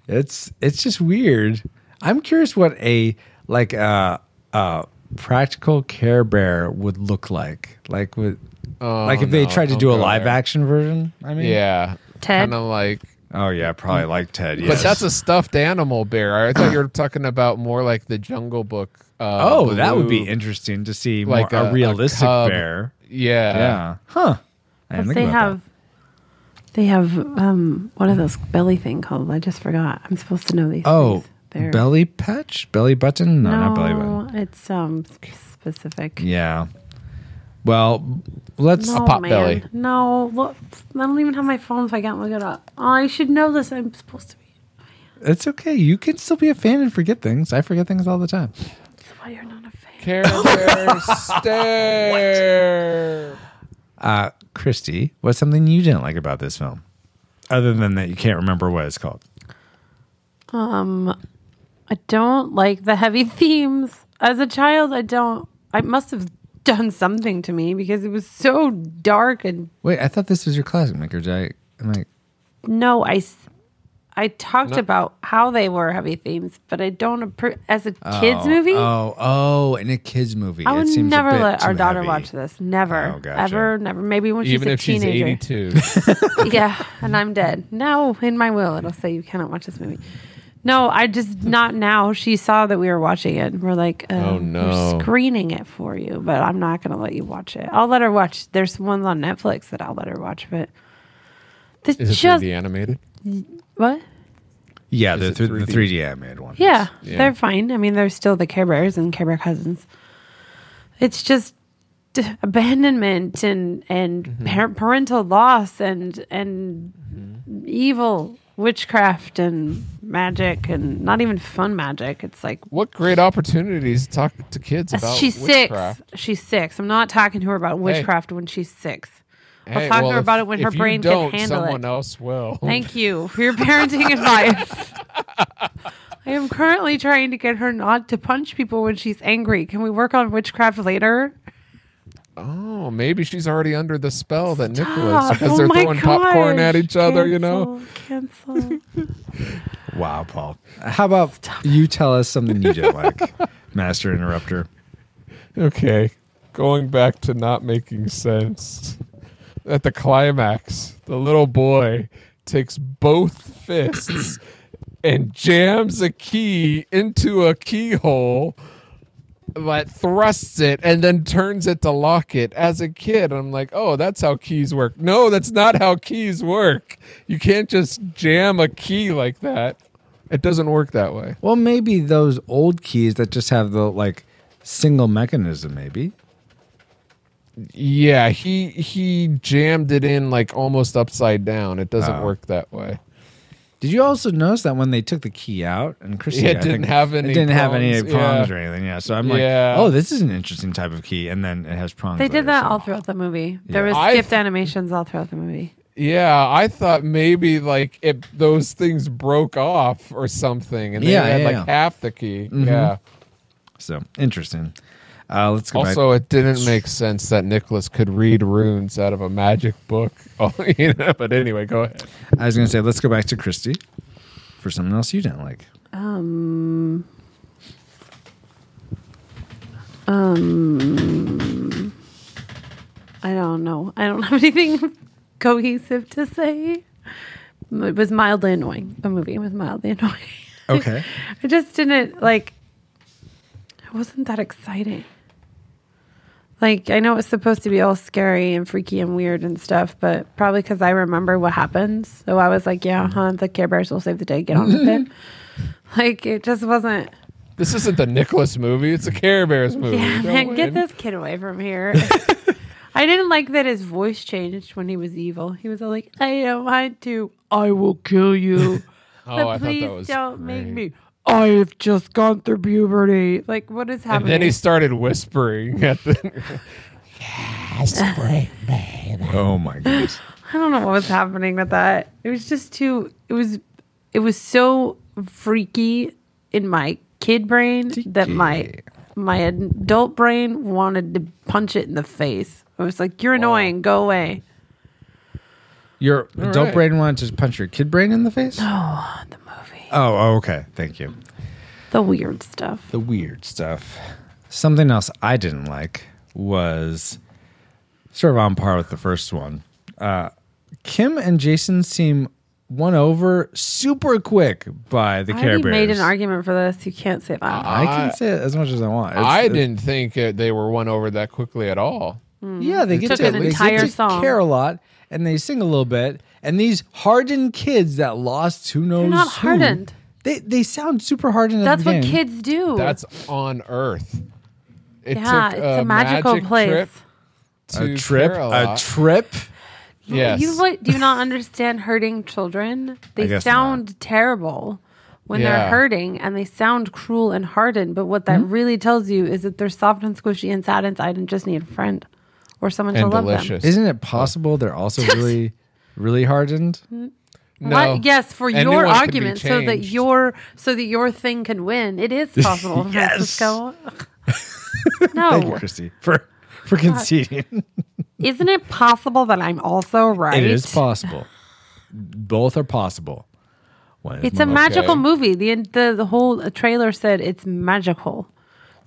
Speaker 3: it's it's just weird i'm curious what a like a uh, uh, practical care bear would look like like with
Speaker 4: Oh,
Speaker 3: like if they
Speaker 4: no,
Speaker 3: tried to
Speaker 4: don't
Speaker 3: do a
Speaker 4: go
Speaker 3: live
Speaker 4: there.
Speaker 3: action version i mean
Speaker 4: Yeah,
Speaker 5: Ted?
Speaker 4: kind of like.
Speaker 3: oh yeah probably like ted yes.
Speaker 4: But that's a stuffed animal bear. I thought you were talking about more like the Jungle Book. Uh,
Speaker 3: oh that would be
Speaker 4: blue-
Speaker 3: interesting to see
Speaker 4: Like
Speaker 3: more, a,
Speaker 4: a- a
Speaker 3: realistic
Speaker 4: cub.
Speaker 3: bear
Speaker 4: Yeah.
Speaker 3: yeah huh I didn't think
Speaker 5: Plus they
Speaker 3: about
Speaker 5: have they have um what are those belly thing called? I just forgot. I'm supposed to know these.
Speaker 3: that. oh
Speaker 5: things. They're-
Speaker 3: belly patch belly button no,
Speaker 5: No,
Speaker 3: not belly button
Speaker 5: it's um specific.
Speaker 3: yeah well let's
Speaker 5: No,
Speaker 4: pop
Speaker 5: man.
Speaker 4: belly.
Speaker 5: No, look, I don't even have my phone, so I can't look it up. Oh, I should know this. I'm supposed to be.
Speaker 3: it's okay you can still be a fan and forget things i forget things all the time
Speaker 5: That's why you're not a fan.
Speaker 4: Care bear stare.
Speaker 3: Uh, Christy, what's something you didn't like about this film? Other than that, you can't remember what it's called.
Speaker 5: I don't like the heavy themes. As a child, I don't. I must have done something to me because it was so dark and
Speaker 3: Wait, I thought this was your classic maker. Did I? Am I?
Speaker 5: No, I, s- I talked about how they were heavy themes, but I don't approve as a kids
Speaker 3: oh,
Speaker 5: movie.
Speaker 3: Oh, oh, in a kids movie.
Speaker 5: I would
Speaker 3: it seems
Speaker 5: never
Speaker 3: a bit
Speaker 5: let our
Speaker 3: too
Speaker 5: daughter
Speaker 3: heavy.
Speaker 5: watch this. Never,
Speaker 3: Oh, gotcha.
Speaker 5: ever, never. Maybe when
Speaker 4: Even if
Speaker 5: she's a
Speaker 4: she's
Speaker 5: teenager.
Speaker 4: 82.
Speaker 5: yeah, and I'm dead. No, in my will, it'll say you cannot watch this movie. No, I just not now. She saw that we were watching it. and We're like, um,
Speaker 4: Oh,
Speaker 5: we're
Speaker 4: no.
Speaker 5: screening it for you, but I'm not going to let you watch it. I'll let her watch. There's ones on Netflix that I'll let her watch, but this
Speaker 4: Is it
Speaker 5: just
Speaker 4: 3D animated?
Speaker 5: what?
Speaker 3: Yeah, the,
Speaker 4: it
Speaker 3: th- the
Speaker 4: 3D?
Speaker 3: 3D animated one.
Speaker 5: Yeah,
Speaker 4: Yeah.
Speaker 5: they're fine. I mean, they're still the Care Bears and Care Bear cousins. It's just d- abandonment and and
Speaker 4: Mm-hmm.
Speaker 5: par- parental loss and and
Speaker 4: Mm-hmm.
Speaker 5: evil witchcraft and magic and not even fun magic. It's like
Speaker 4: What great opportunities to talk to kids about
Speaker 5: she's
Speaker 4: witchcraft.
Speaker 5: six. She's six. I'm not talking to her about witchcraft when she's six. I'll
Speaker 4: Hey,
Speaker 5: talk to
Speaker 4: well,
Speaker 5: her about
Speaker 4: if-
Speaker 5: it when
Speaker 4: if
Speaker 5: her
Speaker 4: you
Speaker 5: brain
Speaker 4: don't,
Speaker 5: can handle it.
Speaker 4: Someone else will.
Speaker 5: Thank you for your parenting advice. I am currently trying to get her not to punch people when she's angry. Can we work on witchcraft later?
Speaker 4: Oh, maybe she's already under the spell that Nick was
Speaker 5: Stop.
Speaker 4: because
Speaker 5: Oh
Speaker 4: they're
Speaker 5: my
Speaker 4: throwing popcorn at
Speaker 5: gosh.
Speaker 4: each other, you know?
Speaker 5: Cancel. cancel.
Speaker 3: Wow, Paul. How about you tell us something you didn't like, Master Interrupter?
Speaker 4: Okay. Going back to not making sense. At the climax, the little boy takes both fists and jams a key into a keyhole that thrusts it and then turns it to lock it. As a kid, I'm like, oh, that's how keys work. No, that's not how keys work. You can't just jam a key like that. It doesn't work that way.
Speaker 3: Well, maybe those old keys that just have the like single mechanism, maybe.
Speaker 4: Yeah, he he jammed it in like almost upside down. It doesn't
Speaker 3: Oh.
Speaker 4: work that way.
Speaker 3: Did you also notice that when they took the key out and Chrissy
Speaker 4: Yeah, it
Speaker 3: I
Speaker 4: didn't
Speaker 3: think-
Speaker 4: have any
Speaker 3: it didn't have any
Speaker 4: prongs,
Speaker 3: prongs
Speaker 4: yeah.
Speaker 3: or anything? Yeah, so I'm
Speaker 4: Yeah.
Speaker 3: like, oh, this is an interesting type of key, and then it has prongs.
Speaker 5: They did
Speaker 3: later,
Speaker 5: that
Speaker 3: so-
Speaker 5: all throughout the movie. There
Speaker 3: Yeah.
Speaker 5: was
Speaker 4: I've-
Speaker 5: skipped animations all throughout the movie.
Speaker 4: Yeah, I thought maybe like if those things broke off or something, and they
Speaker 3: Yeah,
Speaker 4: had
Speaker 3: yeah, Mm-hmm.
Speaker 4: like
Speaker 3: yeah.
Speaker 4: half the key. Yeah.
Speaker 3: So interesting. Uh, let's go back.
Speaker 4: Also, it didn't make sense that Nicholas could read runes out of a magic book. Oh, you know, but anyway, go ahead.
Speaker 3: I was going to say, let's go back to Christy for something else you didn't like.
Speaker 5: Um. Um. I don't know. I don't have anything cohesive to say. It was mildly annoying. The movie was mildly annoying.
Speaker 3: Okay.
Speaker 5: I just didn't like. It wasn't that exciting. Like I know it's supposed to be all scary and freaky and weird and stuff, but probably because I remember what happens, so I was like, "Yeah, huh, the Care Bears will save the day. Get on with it." Like it just wasn't.
Speaker 4: This isn't the Nicholas movie; it's a Care Bears movie.
Speaker 5: Yeah,
Speaker 4: Don't
Speaker 5: man,
Speaker 4: win.
Speaker 5: get this kid away from here. I didn't like that his voice changed when he was evil. He was all like, "I don't want to. I will kill you."
Speaker 4: Oh, I
Speaker 5: but
Speaker 4: thought
Speaker 5: please
Speaker 4: that was.
Speaker 5: don't make
Speaker 4: great.
Speaker 5: me. I have just gone through puberty. Like, what is
Speaker 4: And
Speaker 5: happening?
Speaker 4: then he started whispering at the.
Speaker 3: oh my goodness.
Speaker 5: I don't know what was happening with that. It was just too. It was. It was so freaky in my kid brain that my my adult brain wanted to punch it in the face. I was like, "You're annoying. Go away."
Speaker 3: Your adult
Speaker 4: right.
Speaker 3: brain wanted to punch your kid brain in the face?
Speaker 5: The movie,
Speaker 3: Oh, oh, okay. Thank you.
Speaker 5: the weird stuff.
Speaker 3: The weird stuff. Something else I didn't like was sort of on par with the first one. Uh, Kim and Jason seem won over super quick by the
Speaker 5: I
Speaker 3: Care
Speaker 5: already
Speaker 3: Bears.
Speaker 5: made an argument for this. You can't say that.
Speaker 4: Uh,
Speaker 3: I can say it as much as I want. It's-
Speaker 4: I
Speaker 3: it-
Speaker 4: didn't think uh, they were won over that quickly at all.
Speaker 3: Yeah, they get
Speaker 5: took
Speaker 3: to,
Speaker 5: an
Speaker 3: they get
Speaker 5: entire
Speaker 3: to
Speaker 5: song.
Speaker 3: care a lot and they sing a little bit. And these hardened kids that lost who knows
Speaker 5: not
Speaker 3: who,
Speaker 5: hardened.
Speaker 3: They they sound super hardened. at
Speaker 5: That's
Speaker 3: the
Speaker 5: what
Speaker 3: beginning.
Speaker 5: kids do.
Speaker 4: That's on Earth. It
Speaker 5: yeah,
Speaker 4: took
Speaker 5: it's a magical
Speaker 4: magic
Speaker 5: place.
Speaker 4: Trip to
Speaker 3: a trip a
Speaker 4: Kerala.
Speaker 3: trip.
Speaker 4: yes.
Speaker 5: You what, do not understand hurting children. They
Speaker 3: guess
Speaker 5: sound terrible when
Speaker 4: Yeah. Hmm?
Speaker 5: they're hurting and they sound cruel and hardened. But what that really tells you is that they're soft and squishy and sad inside and just need a friend or someone to
Speaker 4: and
Speaker 5: love
Speaker 4: delicious.
Speaker 3: Isn't it possible they're also really really hardened?
Speaker 5: them.
Speaker 4: No.
Speaker 5: What? Yes, for
Speaker 4: Anyone
Speaker 5: your
Speaker 4: can be
Speaker 5: argument so that
Speaker 4: changed.
Speaker 5: your so that your thing can win. It is possible, Francisco.
Speaker 3: Thank you,
Speaker 5: no.
Speaker 3: Christy, for for conceding.
Speaker 5: Isn't it possible that I'm also right?
Speaker 3: It is possible. Both are possible. One is
Speaker 5: It's a
Speaker 3: more-
Speaker 5: magical movie. The, the the whole uh, trailer said it's magical.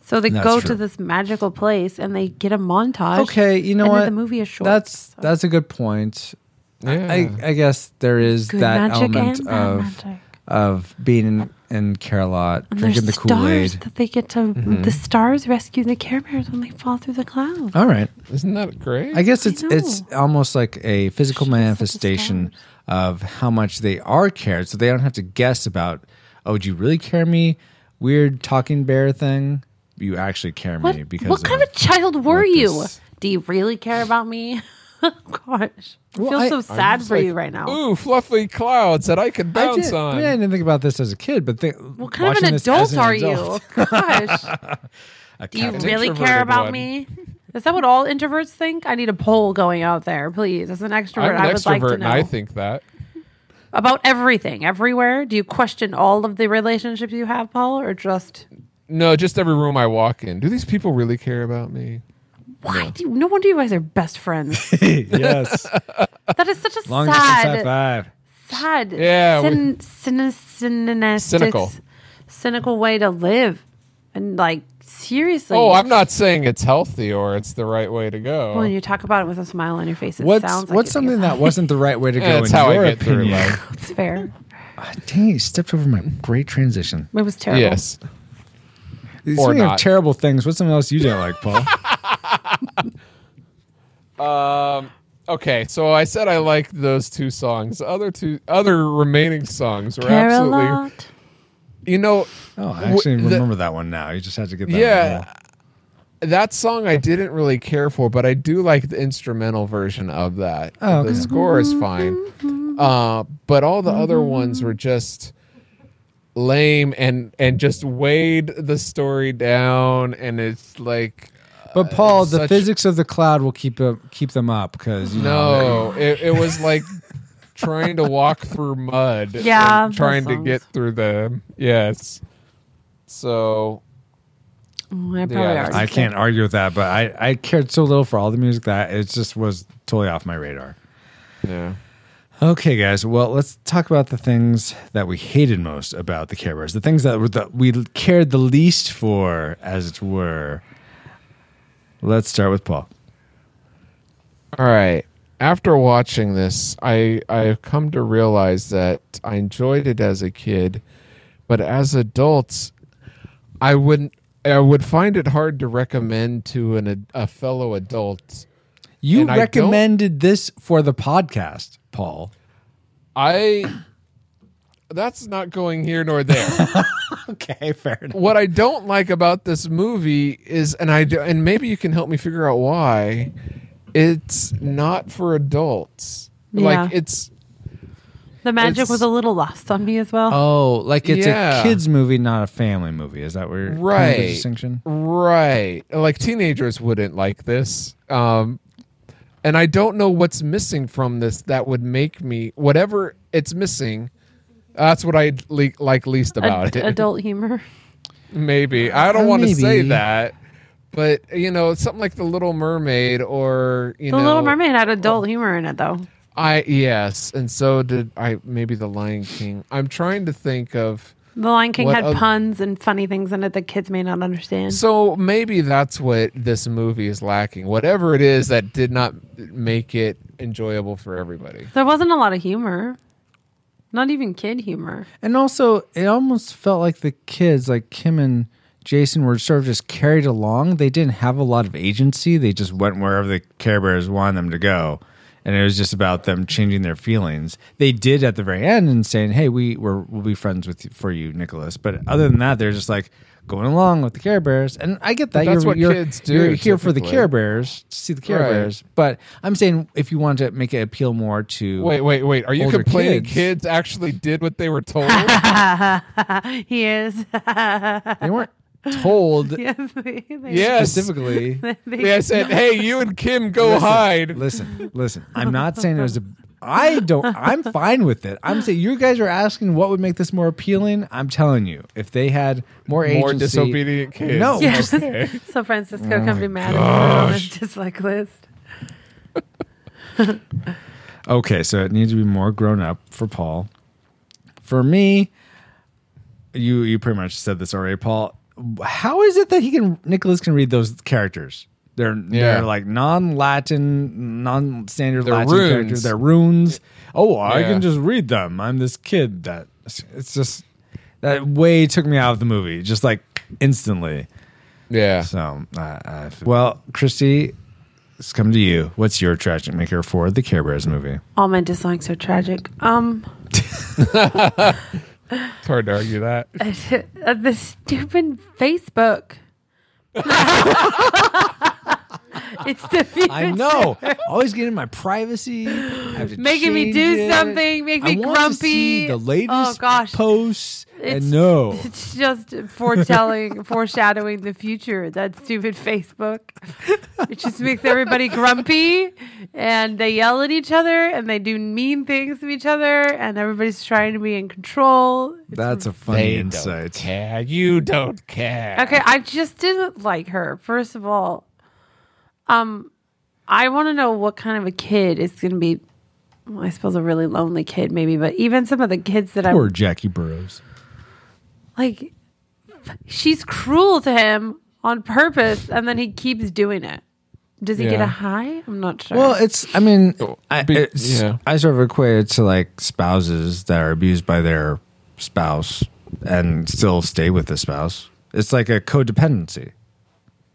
Speaker 5: So they
Speaker 3: That's
Speaker 5: go
Speaker 3: true.
Speaker 5: to this magical place and they get a montage.
Speaker 3: Okay, you know
Speaker 5: and
Speaker 3: what?
Speaker 5: then the movie is short.
Speaker 3: That's that's a good point.
Speaker 4: Yeah.
Speaker 3: I, I guess there is
Speaker 5: Good
Speaker 3: that
Speaker 5: magic
Speaker 3: element
Speaker 5: and bad
Speaker 3: of
Speaker 5: magic.
Speaker 3: of being in, in Carolot,
Speaker 5: And
Speaker 3: drinking the Mm-hmm.
Speaker 5: there's
Speaker 3: Kool
Speaker 5: stars
Speaker 3: Aid.
Speaker 5: that they get to. The stars rescue the Care Bears when they fall through the clouds.
Speaker 3: All right,
Speaker 4: Isn't that great?
Speaker 3: I guess it's
Speaker 5: I
Speaker 3: it's almost like a physical manifestation of how much they are cared, so they don't have to guess about. Oh, do you really care me? Weird talking bear thing. You actually care me
Speaker 5: What,
Speaker 3: because
Speaker 5: what kind of child were
Speaker 3: what
Speaker 5: you?
Speaker 3: this-
Speaker 5: Do you really care about me? Oh, Gosh,
Speaker 3: Well,
Speaker 5: I feel
Speaker 3: I-
Speaker 5: so
Speaker 3: I'm
Speaker 5: sad
Speaker 4: It's
Speaker 5: for
Speaker 4: like,
Speaker 5: you right now.
Speaker 4: Ooh, fluffy clouds that I could
Speaker 3: I,
Speaker 4: bounce
Speaker 3: did, I,
Speaker 4: on.
Speaker 3: mean, I didn't think about this as a kid, but think,
Speaker 5: what kind of an adult are you? Gosh.
Speaker 3: A
Speaker 5: Do you
Speaker 3: captain.
Speaker 5: really
Speaker 4: introverted
Speaker 5: care about
Speaker 4: one.
Speaker 5: me? Is that what all introverts think? I need a poll going out there, please. As an extrovert,
Speaker 4: I'm
Speaker 5: I
Speaker 4: an
Speaker 5: would like
Speaker 4: extrovert,
Speaker 5: to
Speaker 4: and
Speaker 5: know
Speaker 4: I think that.
Speaker 5: about everything, everywhere. Do you question all of the relationships you have, Paul, or just
Speaker 4: No, just every room I walk in. Do these people really care about me?
Speaker 5: Why do you, no wonder you guys are best friends.
Speaker 3: yes.
Speaker 5: that is such a
Speaker 3: Long distance high
Speaker 5: sad,
Speaker 3: five.
Speaker 5: sad,
Speaker 4: Yeah,
Speaker 5: cyn, cyni- cynistic-
Speaker 4: Cynical.
Speaker 5: cynical way to live, and like seriously.
Speaker 4: Oh, I'm not saying it's healthy or it's the right way to
Speaker 5: When
Speaker 4: go.
Speaker 5: you talk about it with a smile on your face, it
Speaker 3: What's
Speaker 5: sounds like
Speaker 3: what's
Speaker 5: it
Speaker 3: something
Speaker 5: is.
Speaker 3: that wasn't the right way to go
Speaker 4: That's
Speaker 3: in
Speaker 4: how
Speaker 3: your
Speaker 4: I get through
Speaker 3: opinion?
Speaker 4: life.
Speaker 5: It's fair.
Speaker 3: Dang, you stepped over my great transition.
Speaker 5: It was terrible.
Speaker 4: Yes.
Speaker 3: Speaking of
Speaker 4: not.
Speaker 3: terrible things, what's something else you didn't like, Paul?
Speaker 4: Okay, so I said I liked those two songs. The other two, other remaining songs were absolutely.
Speaker 5: Carolot.
Speaker 4: You know,
Speaker 3: Oh, I actually
Speaker 4: the-
Speaker 3: remember that one now. You just had to get that.
Speaker 4: Yeah.
Speaker 3: one.
Speaker 4: that song I didn't really care for, but I do like the instrumental version of that.
Speaker 3: Oh,
Speaker 4: the
Speaker 3: okay.
Speaker 4: score is fine, uh, but all the other ones were just lame and and just weighed the story down. And it's like
Speaker 3: But Paul, the
Speaker 4: such-
Speaker 3: physics of the cloud will keep up, keep them up because you know.
Speaker 4: No, it, it was like trying to walk through mud.
Speaker 5: Yeah,
Speaker 4: and trying
Speaker 5: that
Speaker 4: to
Speaker 5: sounds-
Speaker 4: get through the yes. So
Speaker 5: Oh, I probably
Speaker 4: Yeah,
Speaker 5: already
Speaker 3: I
Speaker 5: said
Speaker 3: can't argue with that, but I, I cared so little for all the music that it just was totally off my radar.
Speaker 4: yeah,
Speaker 3: Okay, guys. Well, let's talk about the things that we hated most about the Care Bears, the things that, were that we cared the least for, as it were. Let's start with Paul.
Speaker 4: all right. After watching this, I I've come to realize that I enjoyed it as a kid, but as adults, I wouldn't. I would find it hard to recommend to an ad- a fellow adult.
Speaker 3: You
Speaker 4: And I don't-
Speaker 3: recommended this for the podcast, Paul.
Speaker 4: I that's not going here nor there.
Speaker 3: Okay, fair enough.
Speaker 4: what I don't like about this movie is, and I do, and maybe you can help me figure out why, it's not for adults. Like
Speaker 5: Yeah.
Speaker 4: it's
Speaker 5: The magic
Speaker 4: It's-
Speaker 5: was a little lost on me as well.
Speaker 3: Oh, like it's
Speaker 4: Yeah.
Speaker 3: a kids movie, not a family movie. Is that where you're kind of the
Speaker 4: Right.
Speaker 3: distinction?
Speaker 4: right. Like teenagers wouldn't like this. Um, and I don't know what's missing from this that would make me whatever it's missing. That's what I le- like least
Speaker 5: Ad-
Speaker 4: about it.
Speaker 5: Adult humor.
Speaker 4: Maybe I don't
Speaker 3: Uh,
Speaker 4: want to say
Speaker 3: maybe.
Speaker 4: that, but you know, something like the Little Mermaid or you
Speaker 5: The
Speaker 4: know, oh.
Speaker 5: Little Mermaid had adult humor in it, though.
Speaker 4: I yes, and so did I. Maybe the Lion King. I'm trying to think of.
Speaker 5: The Lion King
Speaker 4: What
Speaker 5: had
Speaker 4: oth-
Speaker 5: puns and funny things in it that kids may not understand.
Speaker 4: So maybe that's what this movie is lacking. Whatever it is that did not make it enjoyable for everybody.
Speaker 5: there wasn't a lot of humor, not even kid humor.
Speaker 3: And also, it almost felt like the kids, like Kim and Jason, were sort of just carried along. They didn't have a lot of agency. They just went wherever the Care Bears wanted them to go. And it was just about them changing their feelings. They did at the very end and saying, "Hey, we we're, we'll be friends with you, for you, Nicholas." But other than that, they're just like going along with the Care Bears. And I get that
Speaker 4: That's
Speaker 3: you're,
Speaker 4: what
Speaker 3: you're,
Speaker 4: kids do,
Speaker 3: You're here for the
Speaker 4: typically.
Speaker 3: Care Bears to see the Care
Speaker 4: Right.
Speaker 3: Bears. But I'm saying if you want to make it appeal more to
Speaker 4: Wait, wait, wait. Are you
Speaker 3: Older
Speaker 4: complaining
Speaker 3: kids.
Speaker 4: kids. actually did what they were told?
Speaker 5: He is.
Speaker 3: they weren't told
Speaker 5: yes. they- they-
Speaker 4: yes.
Speaker 3: specifically.
Speaker 5: they-
Speaker 4: They said, "Hey, you and Kim go hide."
Speaker 3: Listen, listen. I'm not saying it was a. I don't. I'm fine with it. I'm saying you guys are asking what would make this more appealing. I'm telling you, if they had more agency,
Speaker 4: More disobedient kids.
Speaker 3: No,
Speaker 5: Yes. So Francisco
Speaker 4: Oh
Speaker 5: can be mad at me on his dislike list.
Speaker 3: Okay, so it needs to be more grown up for Paul. For me, you you pretty much said this already, Paul. How is it that he can Nicholas can read those characters? They're
Speaker 4: Yeah.
Speaker 3: they're like non-Latin, non-standard
Speaker 4: They're
Speaker 3: Latin
Speaker 4: runes.
Speaker 3: characters. They're runes. Oh, I
Speaker 4: Yeah.
Speaker 3: can just read them. I'm this kid that it's just that way took me out of the movie just like instantly.
Speaker 4: Yeah.
Speaker 3: So, I I well, Christy, it's come to you. What's your tragic maker for the Care Bears movie?
Speaker 5: All my dislikes are tragic. Um,
Speaker 4: It's hard to argue that.
Speaker 5: uh, the stupid Facebook. it's the future.
Speaker 3: I know. Always getting my privacy. I have to
Speaker 5: Making me
Speaker 3: change
Speaker 5: do
Speaker 3: it.
Speaker 5: something, make
Speaker 3: I
Speaker 5: me
Speaker 3: want to
Speaker 5: grumpy.
Speaker 3: see the latest
Speaker 5: Oh, gosh.
Speaker 3: posts.
Speaker 5: It's-
Speaker 3: and no,
Speaker 5: It's just foretelling, foreshadowing the future. That stupid Facebook. It just makes everybody grumpy and they yell at each other and they do mean things to each other and everybody's trying to be in control.
Speaker 3: that's a funny insight.
Speaker 4: care. You don't care.
Speaker 5: Okay, I just didn't like her, first of all. um, I want to know what kind of a kid is going to be. Well, I suppose a really lonely kid, maybe, but even some of the kids that
Speaker 3: Poor
Speaker 5: I'm
Speaker 3: Jackie Burroughs.
Speaker 5: like, she's cruel to him on purpose, and then he keeps doing it. Does he get
Speaker 4: Yeah.
Speaker 5: a high? I'm not sure.
Speaker 3: Well, it's. I mean, I,
Speaker 4: Oh, Be-
Speaker 3: it's-
Speaker 4: yeah.
Speaker 3: I sort of equate it to like spouses that are abused by their spouse and still stay with the spouse. It's like a codependency.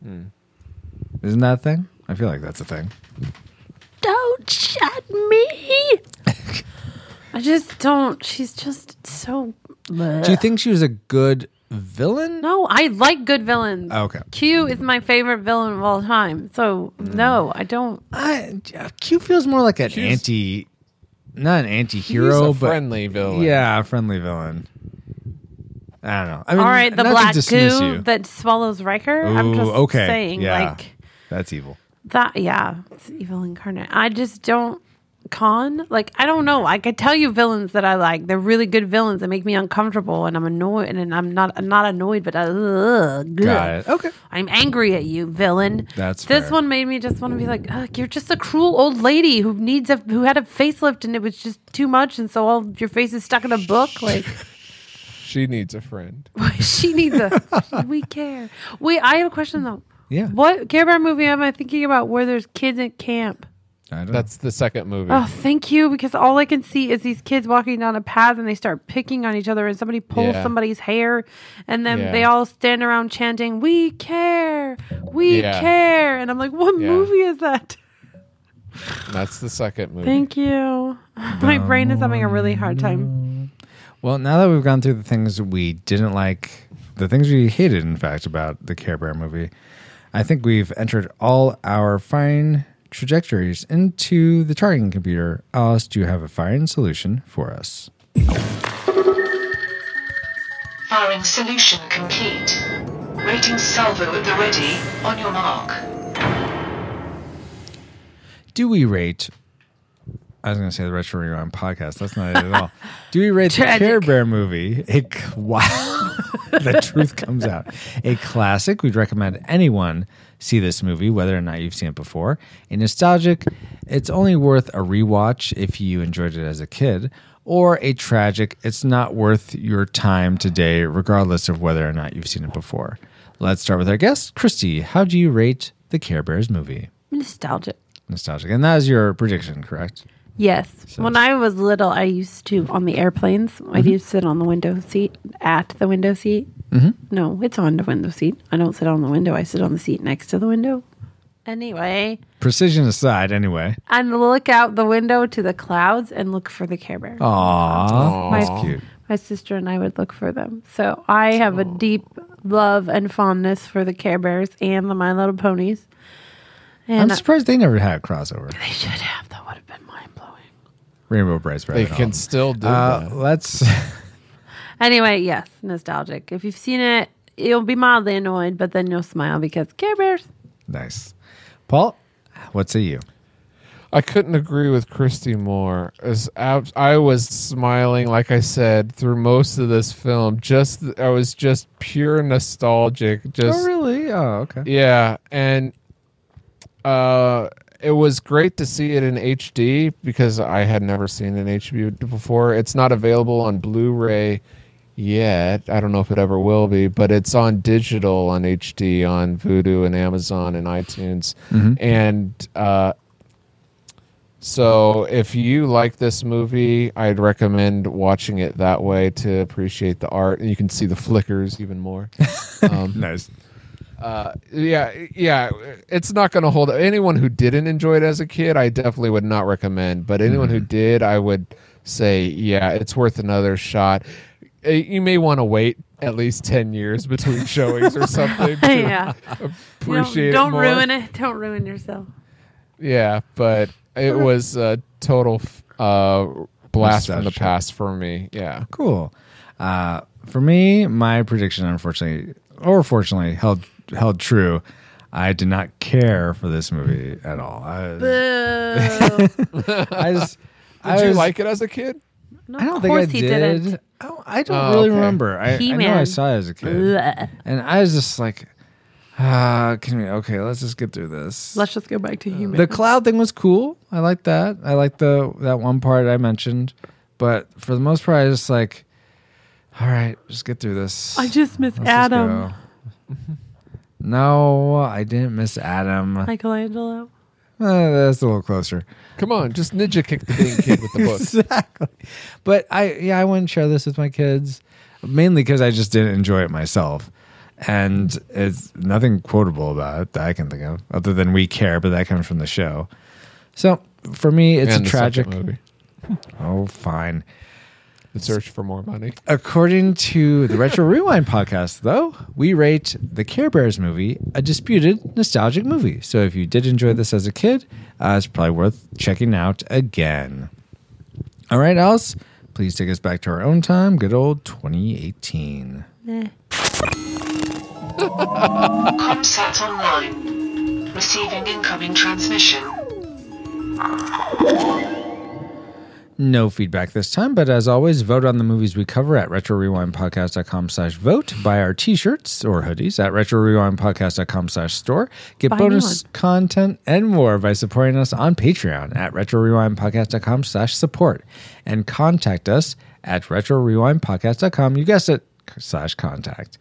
Speaker 4: Hmm.
Speaker 3: Isn't that a thing? I feel like that's a thing.
Speaker 5: don't shut me. I just don't. She's just so.
Speaker 3: Do you think she was a good villain?
Speaker 5: No, I like good villains.
Speaker 3: Okay.
Speaker 5: Q is my favorite villain of all time. So no, I don't.
Speaker 3: I, Q feels more like an anti, not an anti-hero,
Speaker 4: He's a
Speaker 3: but
Speaker 4: friendly villain.
Speaker 3: yeah, a friendly villain. I don't know. I mean,
Speaker 5: All right, the
Speaker 3: not to
Speaker 5: black
Speaker 3: dismiss
Speaker 5: goo
Speaker 3: you.
Speaker 5: that swallows Riker. I'm
Speaker 3: Ooh,
Speaker 5: just
Speaker 3: okay,
Speaker 5: saying,
Speaker 3: yeah.
Speaker 5: like
Speaker 3: that's evil.
Speaker 5: that. Yeah, it's evil incarnate. I just don't con. Like I don't know. I could tell you villains that I like. They're really good villains that make me uncomfortable, and I'm annoyed. And I'm not I'm not annoyed, but I, ugh,
Speaker 3: Got
Speaker 5: ugh.
Speaker 3: it. Okay.
Speaker 5: I'm angry at you, villain.
Speaker 3: That's
Speaker 5: this
Speaker 3: fair.
Speaker 5: one made me just want to be like, Ugh, you're just a cruel old lady who needs a who had a facelift, and it was just too much, and so all your face is stuck in a book, like.
Speaker 4: She needs a friend.
Speaker 5: she needs a. we care. Wait, I have a question though.
Speaker 3: Yeah.
Speaker 5: What Care Bear movie am I thinking about where there's kids at camp?
Speaker 3: I don't
Speaker 4: That's the second movie.
Speaker 5: Oh, thank you, because all I can see is these kids walking down a path and they start picking on each other, and somebody pulls
Speaker 4: Yeah.
Speaker 5: somebody's hair, and then
Speaker 4: Yeah.
Speaker 5: they all stand around chanting, "We care, we
Speaker 4: Yeah.
Speaker 5: care," and I'm like, "What
Speaker 4: Yeah.
Speaker 5: movie is that?"
Speaker 4: That's the second movie.
Speaker 5: Thank you. My brain is having a really hard time.
Speaker 3: Well, now that we've gone through the things we didn't like, the things we hated, in fact, about the Care Bear movie, I think we've entered all our fine trajectories into the targeting computer. Alice, do you have a fine solution for us?
Speaker 2: Firing solution complete. Rating salvo at the ready, on your mark.
Speaker 3: Do we rate? I was going to say the Retro Rewind podcast. That's not it at all. Do we rate
Speaker 5: Tragic.
Speaker 3: the Care Bear movie? A, c- wow. the truth comes out. A classic. We'd recommend anyone see this movie, whether or not you've seen it before. A nostalgic. It's only worth a rewatch if you enjoyed it as a kid. Or a tragic. It's not worth your time today, regardless of whether or not you've seen it before. Let's start with our guest, Christy. How do you rate the Care Bears movie?
Speaker 5: Nostalgic.
Speaker 3: nostalgic. And that is your prediction, correct?
Speaker 5: Yes. when I was little, I used to on the airplanes. I used to sit on the window seat at the window seat. Mm-hmm. No, it's on the window seat. I don't sit on the window. I sit on the seat next to the window. Anyway,
Speaker 3: Precision aside, anyway.
Speaker 5: and look out the window to the clouds and look for the Care
Speaker 3: Oh.
Speaker 5: Bear.
Speaker 3: Aww,
Speaker 5: My-
Speaker 3: that's cute.
Speaker 5: My sister and I would look for them. So I have a deep love and fondness for the Care Bears and the My Little Ponies.
Speaker 3: I'm
Speaker 5: And I
Speaker 3: surprised they never had a crossover.
Speaker 5: they should have. That would have been mind blowing.
Speaker 3: Rainbow Brights,
Speaker 4: They
Speaker 3: right?
Speaker 4: can still do
Speaker 3: Uh,
Speaker 4: that.
Speaker 3: let's.
Speaker 5: Anyway, yes, nostalgic. If you've seen it, you'll be mildly annoyed, but then you'll smile because Care Bears.
Speaker 3: nice, Paul. What say you?
Speaker 4: I couldn't agree with Christy more. As abs- I was smiling, like I said, through most of this film. Just I was just pure nostalgic. Just
Speaker 3: really? Oh, okay.
Speaker 4: yeah, and uh, it was great to see it in HD because I had never seen an HD before. It's not available on Blu-ray yet. I don't know if it ever will be, but it's on digital on HD on Vudu and Amazon and iTunes, and uh, so if you like this movie, I'd recommend watching it that way to appreciate the art, and you can see the flickers even more.
Speaker 3: Nice.
Speaker 4: yeah, yeah. It's not going to hold anyone who didn't enjoy it as a kid. I definitely would not recommend, but anyone
Speaker 5: Mm-hmm.
Speaker 4: who did, I would say, yeah, it's worth another shot. Uh, You may want to wait at least ten years between showings or something. to
Speaker 5: Yeah. You don't-
Speaker 4: appreciate.
Speaker 5: don't
Speaker 4: it more.
Speaker 5: ruin it. Don't ruin yourself.
Speaker 4: Yeah, but it was a total f- uh, blast from the
Speaker 3: Nostalgia.
Speaker 4: past for me. Yeah.
Speaker 3: Cool. Uh, for me, my prediction, unfortunately or fortunately, held held true. I did not care for this movie at all. I,
Speaker 5: Boo.
Speaker 3: I just.
Speaker 4: Did you like it as a kid?
Speaker 5: No,
Speaker 3: I don't
Speaker 5: of
Speaker 3: think I
Speaker 5: course
Speaker 3: did.
Speaker 5: he didn't.
Speaker 3: I don't, I don't
Speaker 4: Oh,
Speaker 3: really
Speaker 4: okay.
Speaker 3: remember. I, I know I
Speaker 5: He-Man.
Speaker 3: saw it as a kid.
Speaker 5: Blech.
Speaker 3: And I was just like, Uh, can we, okay, let's just get through this.
Speaker 5: Let's just go back to human.
Speaker 3: the cloud thing was cool. I like that. I like the that one part I mentioned, but for the most part, I just like, all right, just get through this.
Speaker 5: I just miss
Speaker 3: Let's just
Speaker 5: Adam.
Speaker 3: go. no, I didn't miss Adam. Uh,
Speaker 5: Michelangelo.
Speaker 3: that's a little closer.
Speaker 4: Come on, just ninja kick the dang kid with the book.
Speaker 3: exactly. But I yeah, I wouldn't share this with my kids mainly because I just didn't enjoy it myself. And it's nothing quotable about it that I can think of, other than we care, but that comes from the show. So for me, it's
Speaker 4: And
Speaker 3: a
Speaker 4: the second
Speaker 3: tragic.
Speaker 4: movie.
Speaker 3: Oh, fine.
Speaker 4: The search for more money.
Speaker 3: According to the Retro Rewind podcast, though, we rate the Care Bears movie a disputed nostalgic movie. So if you did enjoy this as a kid, uh, it's probably worth checking out again. All right, Alice, please take us back to our own time, good old 2018.
Speaker 2: Comsat online. Receiving incoming transmission.
Speaker 3: No feedback this time, but as always, vote on the movies we cover at retrorewindpodcast.com slash vote. Buy our t-shirts or hoodies at retrorewindpodcast.com slash store. Get
Speaker 5: Buy me
Speaker 3: bonus content and more by supporting us on Patreon at retrorewindpodcast.com slash support. And contact us at retrorewindpodcast.com, you guessed it, slash contact.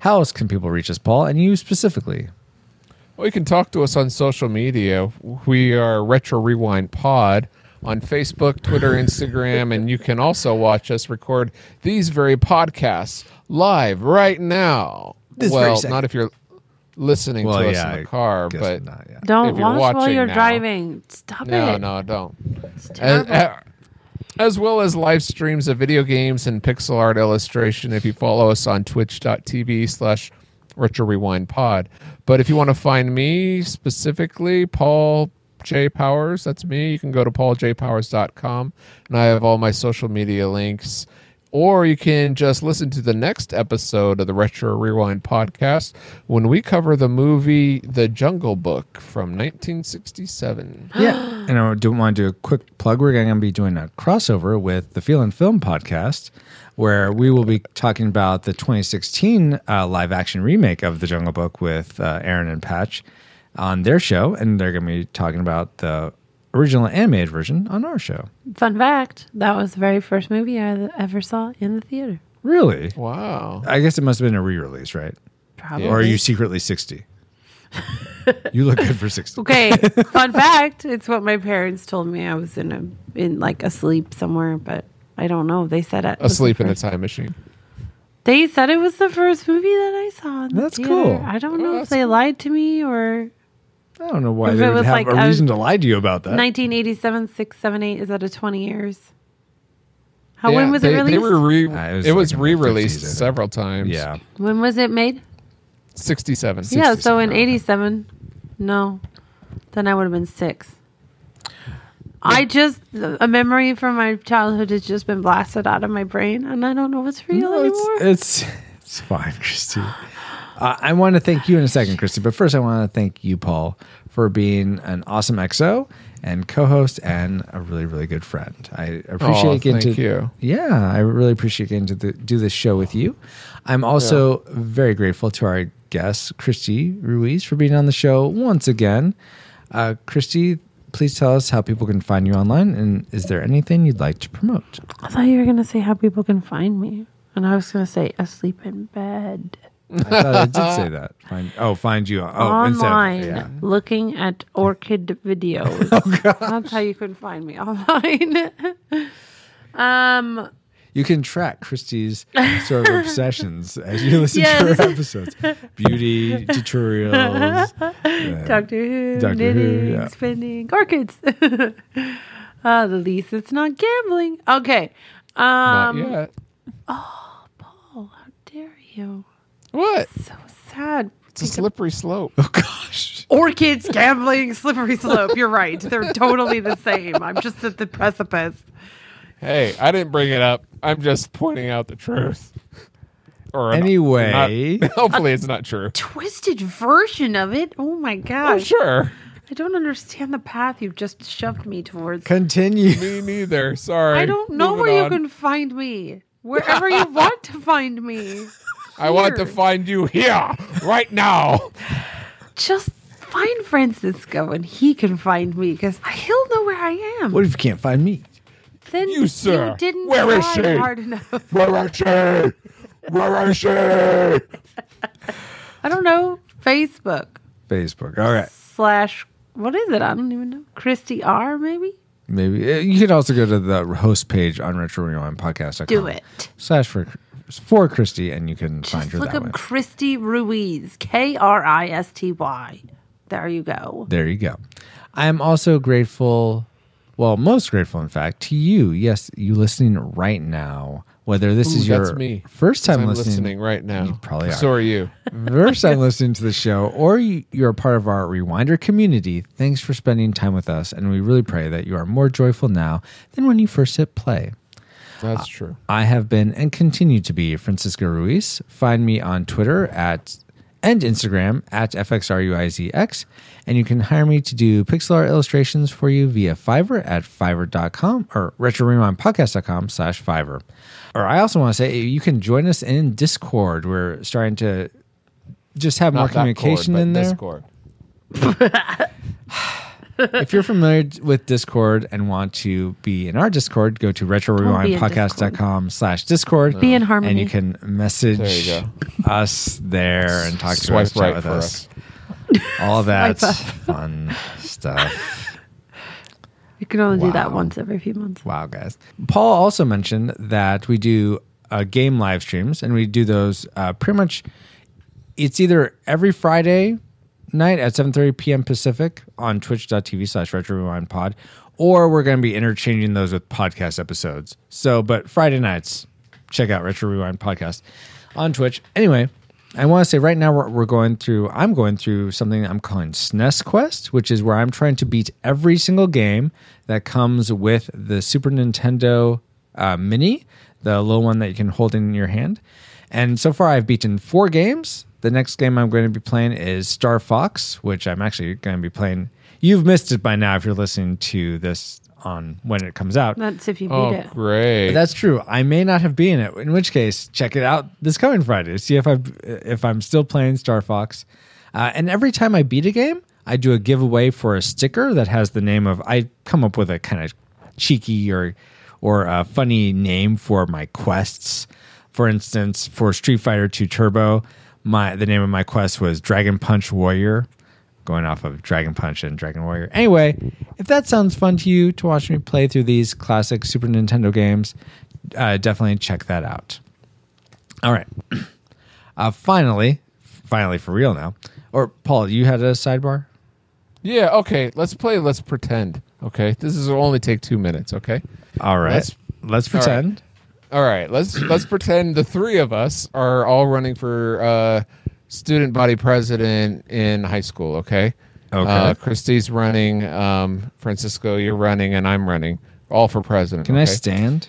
Speaker 3: How else can people reach us, Paul, and you specifically?
Speaker 4: Well, you can talk to us on social media. We are Retro Rewind Pod on Facebook, Twitter, Instagram, and you can also watch us record these very podcasts live right now.
Speaker 3: This very
Speaker 4: well,
Speaker 3: second.
Speaker 4: not if you're listening to us in the car,
Speaker 3: guess
Speaker 4: but
Speaker 3: not, yeah.
Speaker 5: Don't
Speaker 4: If you're
Speaker 5: watch while
Speaker 4: watching
Speaker 5: you're
Speaker 4: now.
Speaker 5: driving. Stop
Speaker 4: no,
Speaker 5: it.
Speaker 4: no, don't.
Speaker 5: It's
Speaker 4: As,
Speaker 5: terrible.
Speaker 4: a- as well as live streams of video games and pixel art illustration if you follow us on twitch.tv slash retro rewind pod but if you want to find me specifically paul j powers that's me you can go to pauljpowers.com and i have all my social media links or you can just listen to the next episode of the retro rewind podcast when we cover the movie the jungle book from 1967
Speaker 3: Yeah. and I do want to do a quick plug. We're going to be doing a crossover with the Feel and Film podcast, where we will be talking about the 2016 uh, live action remake of The Jungle Book with uh, Aaron and Patch on their show. And they're going to be talking about the original animated version on our show.
Speaker 5: Fun fact that was the very first movie I ever saw in the theater.
Speaker 3: Really?
Speaker 4: wow
Speaker 3: I guess it must have been a re release, right?
Speaker 5: Probably.
Speaker 3: Or are you secretly 60? you look good for 60.
Speaker 5: Okay, fun fact. It's what my parents told me. I was in a in like asleep somewhere, but I don't know. They said it. was the
Speaker 4: asleep in a
Speaker 5: first-
Speaker 4: time machine
Speaker 5: They said it was the first movie that I saw. In the
Speaker 3: That's
Speaker 5: theater.
Speaker 3: cool.
Speaker 5: I don't know if
Speaker 4: Oh, that's
Speaker 5: they
Speaker 4: cool.
Speaker 5: lied to me or
Speaker 3: I don't know why
Speaker 5: If
Speaker 3: they
Speaker 5: it
Speaker 3: would
Speaker 5: was
Speaker 3: have
Speaker 5: like
Speaker 3: a
Speaker 5: a-
Speaker 3: reason to lie to you about that.
Speaker 5: 1987, 678 is out of 20 years. How Oh, when
Speaker 4: Yeah,
Speaker 5: was
Speaker 4: they-
Speaker 5: it released?
Speaker 4: They were re-
Speaker 3: Uh, it
Speaker 4: it
Speaker 3: was like
Speaker 4: was,
Speaker 3: in the
Speaker 4: re-released
Speaker 3: 50s, I think.
Speaker 4: several times.
Speaker 3: yeah.
Speaker 5: when was it made?
Speaker 4: 67.
Speaker 5: Yeah, so
Speaker 3: 67,
Speaker 5: in
Speaker 3: okay.
Speaker 5: 87. No. Then I would have been 6. I just a memory from my childhood has just been blasted out of my brain and I don't know what's real
Speaker 3: No, it's,
Speaker 5: anymore.
Speaker 3: It's it's fine, Christy. Uh, I want to thank you in a second, Christy, but first I want to thank you, Paul, for being an awesome XO and co-host and a really really good friend. I appreciate
Speaker 4: Aw,
Speaker 3: getting
Speaker 4: thank
Speaker 3: to
Speaker 4: you.
Speaker 3: yeah, I really appreciate getting to the, do this show with you. I'm also very grateful to our guest Christy Ruiz for being on the show once again. Uh, Christy, please tell us how people can find you online, and is there anything you'd like to promote?
Speaker 5: I thought you were going to say how people can find me and I was going to say asleep in bed
Speaker 3: I thought Oh, I did say that. Find, oh, find you. Oh, instead of-
Speaker 5: online
Speaker 3: yeah.
Speaker 5: looking at orchid videos. That's how you can find me online. um
Speaker 3: You can track Christie's sort of obsessions as you listen
Speaker 5: Yes.
Speaker 3: to her episodes. Beauty tutorials. uh,
Speaker 5: Doctor Who,
Speaker 3: Doctor Who,
Speaker 5: knitting,
Speaker 3: yeah.
Speaker 5: spinning, orchids. Ah, the least it's not gambling. Okay.
Speaker 4: Not
Speaker 5: Um,
Speaker 4: yet.
Speaker 5: How dare you?
Speaker 4: What?
Speaker 5: So sad.
Speaker 4: It's a slippery slope.
Speaker 3: Oh gosh.
Speaker 5: Orchids, gambling, slippery slope. You're right. They're totally the same. I'm just at the precipice.
Speaker 4: hey, I didn't bring it up. I'm just pointing out the truth. Or not-
Speaker 3: Anyway.
Speaker 4: not- hopefully it's not true.
Speaker 5: Twisted version of it. Oh my
Speaker 4: Oh,
Speaker 5: gosh.
Speaker 4: sure.
Speaker 5: I don't understand the path you've just shoved me towards.
Speaker 3: Continue.
Speaker 4: Me neither. Sorry.
Speaker 5: I don't know
Speaker 4: Moving
Speaker 5: where you
Speaker 4: on.
Speaker 5: can find me. Wherever you want to find me.
Speaker 4: I want to
Speaker 5: here.
Speaker 4: find you here right now.
Speaker 5: Just find Francisco and he can find me because he'll know where I am.
Speaker 3: What if you can't find me?
Speaker 5: then
Speaker 4: you, sir?
Speaker 5: didn't
Speaker 4: Where is
Speaker 5: try
Speaker 4: she?
Speaker 5: hard enough.
Speaker 4: Where is she? Where is she?
Speaker 5: I don't know. Facebook
Speaker 3: Facebook. All right.
Speaker 5: slash what is it? I don't even know. Christy R. Maybe
Speaker 3: Maybe uh, you could also go to the host page on Retro Rewind Podcast.
Speaker 5: do it.
Speaker 3: Slash for for Christy, and you can find
Speaker 5: Just
Speaker 3: her
Speaker 5: look
Speaker 3: that
Speaker 5: up
Speaker 3: way.
Speaker 5: Christy Ruiz. K R I S T Y. There you go.
Speaker 3: There you go. I am also grateful, well, most grateful, in fact, to you. Yes, you listening right now. Whether this
Speaker 4: Ooh,
Speaker 3: is your
Speaker 4: that's me.
Speaker 3: first time
Speaker 4: I'm
Speaker 3: listening,
Speaker 4: listening right now.
Speaker 3: You probably are.
Speaker 4: So are you.
Speaker 3: first time listening to the show, or you, you're a part of our Rewinder community, thanks for spending time with us. And we really pray that you are more joyful now than when you first hit play.
Speaker 4: That's true.
Speaker 3: I have been and continue to be Francisco Ruiz. Find me on Twitter at and Instagram at FXRUIZX. And you can hire me to do pixel art illustrations for you via Fiverr at fiverr.com or retroremindpodcast.com slash Fiverr. Or I also want to say you can join us in Discord. We're starting to just have more
Speaker 4: Not that
Speaker 3: communication
Speaker 4: chord, but
Speaker 3: in there.
Speaker 4: Discord.
Speaker 3: if you're familiar with Discord and want to be in our Discord, go to
Speaker 5: be in
Speaker 3: retrorewindpodcast.com slash Discord.
Speaker 5: Be in harmony.
Speaker 3: And you can message
Speaker 4: There you
Speaker 3: us there and talk to
Speaker 4: Swipe
Speaker 3: us, chat
Speaker 4: right
Speaker 3: with
Speaker 4: for
Speaker 3: us. All that
Speaker 5: Swipe up.
Speaker 3: fun stuff.
Speaker 5: You can only do that
Speaker 3: Wow.
Speaker 5: once every few months.
Speaker 3: Wow, guys. Paul also mentioned that we do uh, game live streams, and we do those uh, pretty much. It's either every Friday night at 7.30 p.m. Pacific on twitch.tv slash retro rewind pod, or we're going to be interchanging those with podcast episodes. So, but Friday nights, check out Retro Rewind Podcast on Twitch. Anyway, I want to say right now we're, we're going through, I'm going through something I'm calling SNES Quest, which is where I'm trying to beat every single game that comes with the Super Nintendo uh, Mini, the little one that you can hold in your hand. And so far, I've beaten four games. The next game I'm going to be playing is Star Fox, which I'm actually going to be playing. You've missed it by now if you're listening to this on when it comes out.
Speaker 5: That's if you beat
Speaker 4: Oh,
Speaker 5: it.
Speaker 4: great.
Speaker 3: That's true. I may not have been it. In which case, check it out this coming Friday. See if I if I'm still playing Star Fox. Uh, and every time I beat a game, I do a giveaway for a sticker that has the name of. I come up with a kind of cheeky or or a funny name for my quests. For instance, for Street Fighter Two Turbo, my the name of my quest was Dragon Punch Warrior going off of Dragon Punch and Dragon Warrior. Anyway, if that sounds fun to you to watch me play through these classic Super Nintendo games, uh, definitely check that out. All right. Uh, finally, finally for real now. Or Paul, you had a sidebar?
Speaker 4: yeah, okay. Let's play Let's Pretend. Okay. This is will only take two minutes, okay?
Speaker 3: All right. Let's,
Speaker 4: Let's-
Speaker 3: pretend.
Speaker 4: All right, let's let's pretend the three of us are all running for uh, student body president in high school. Okay.
Speaker 3: Okay.
Speaker 4: Uh, Christy's running. Um, Francisco, you're running, and I'm running. All for president.
Speaker 3: Can I
Speaker 4: okay?
Speaker 3: stand?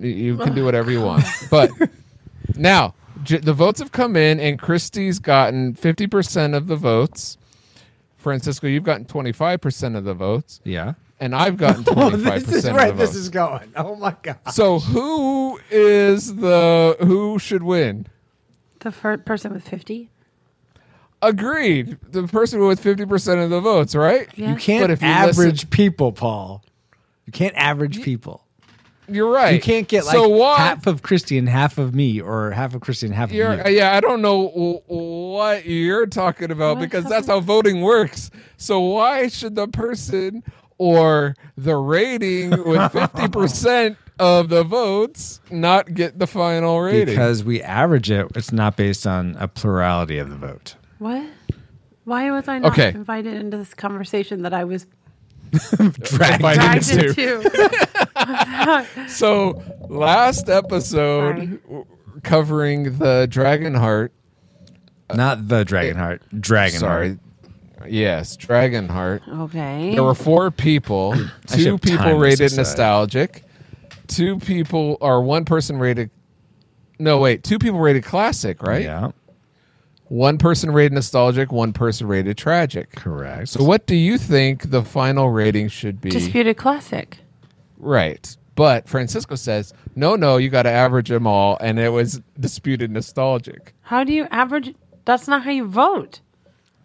Speaker 4: You can do whatever you want. But now j- the votes have come in, and Christie's gotten 50% of the votes. Francisco, you've gotten 25% of the votes,
Speaker 3: Yeah.
Speaker 4: and I've gotten 25% of the votes.
Speaker 3: going. Oh my god.
Speaker 4: so who is the who should win?
Speaker 5: The first person with 50?
Speaker 4: Agreed. The person with 50% of the votes, right?
Speaker 5: Yeah.
Speaker 3: You can't
Speaker 4: But if you
Speaker 3: average
Speaker 4: listen-
Speaker 3: people, Paul. You can't average people.
Speaker 4: You're right.
Speaker 3: You can't get like
Speaker 4: so what?
Speaker 3: half of Christy and half of me, or half of Christy and half of
Speaker 4: You're,
Speaker 3: you.
Speaker 4: yeah, I don't know w- what you're talking about because that's how voting works. So why should the person or the rating with fifty percent of the votes not get the final rating?
Speaker 3: because we average it. It's not based on a plurality of the vote.
Speaker 5: What? Why was I not
Speaker 4: Okay.
Speaker 5: invited into this conversation that I was
Speaker 3: Dragged
Speaker 4: By
Speaker 5: dragged
Speaker 4: Dragged
Speaker 5: into?
Speaker 4: into. so last episode
Speaker 5: Sorry.
Speaker 4: w- covering the Dragonheart.
Speaker 3: not the Dragonheart. Dragonheart.
Speaker 4: Sorry. Yes, Dragonheart.
Speaker 5: okay.
Speaker 4: There were four people.
Speaker 3: should
Speaker 4: two
Speaker 3: have timed
Speaker 4: people
Speaker 3: this
Speaker 4: rated
Speaker 3: aside.
Speaker 4: nostalgic. Two people, or one person rated. No, wait. Two people rated classic, right?
Speaker 3: Yeah,
Speaker 4: One person rated nostalgic. One person rated tragic.
Speaker 3: correct.
Speaker 4: So, what do you think the final rating should be?
Speaker 5: Disputed classic.
Speaker 4: Right. But Francisco says, no, no, you got to average them all. And it was disputed nostalgic.
Speaker 5: How do you average? That's not how you vote.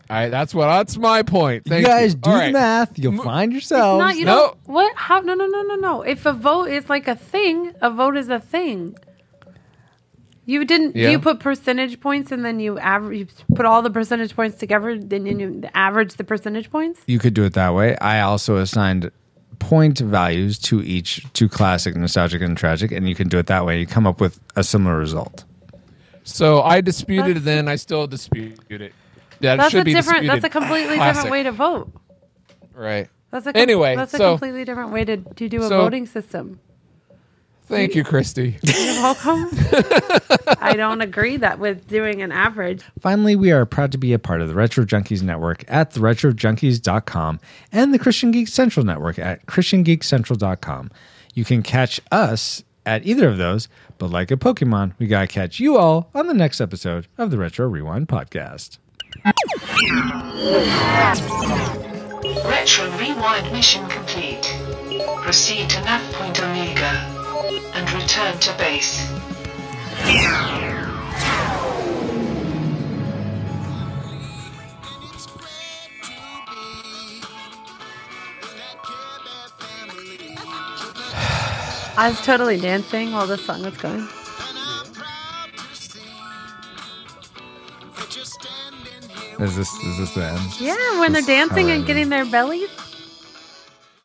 Speaker 4: I, that's what. That's my point. Thank
Speaker 3: you guys do
Speaker 4: All
Speaker 3: the
Speaker 4: right.
Speaker 3: math. You'll find yourselves.
Speaker 5: Not you
Speaker 4: no.
Speaker 5: don't. What? How? No, no, no, no, no. If a vote is like a thing, a vote is a thing. You didn't.
Speaker 4: Yeah.
Speaker 5: You put percentage points and then you average. You put all the percentage points together, then you- you average the percentage points.
Speaker 3: you could do it that way. I also assigned point values to each to classic, nostalgic, and tragic, and you can do it that way. You come up with a similar result.
Speaker 4: So I disputed it.
Speaker 5: That's-
Speaker 4: Then I still dispute it. That
Speaker 5: That's
Speaker 4: should
Speaker 5: a
Speaker 4: be
Speaker 5: different.
Speaker 4: disputed.
Speaker 5: That's a completely
Speaker 4: Classic.
Speaker 5: different way to vote.
Speaker 4: Right.
Speaker 5: That's a
Speaker 4: Anyway,
Speaker 5: That's a
Speaker 4: so-
Speaker 5: completely different way to, to do a
Speaker 4: so-
Speaker 5: voting system.
Speaker 4: Thank you, Christy.
Speaker 5: You're welcome. I don't agree that with doing an average.
Speaker 3: Finally, we are proud to be a part of the Retro Junkies Network at theretrojunkies.com and the Christian Geek Central Network at christiangeekcentral.com. You can catch us at either of those, but like a Pokemon, we got to catch you all on the next episode of the Retro Rewind podcast.
Speaker 2: Retro rewind mission complete. Proceed to nav point Omega and return to base.
Speaker 5: I was totally dancing while this song was going.
Speaker 3: Is this is this the end?
Speaker 5: Yeah, when they're
Speaker 3: That's how
Speaker 5: dancing
Speaker 3: it
Speaker 5: and getting their bellies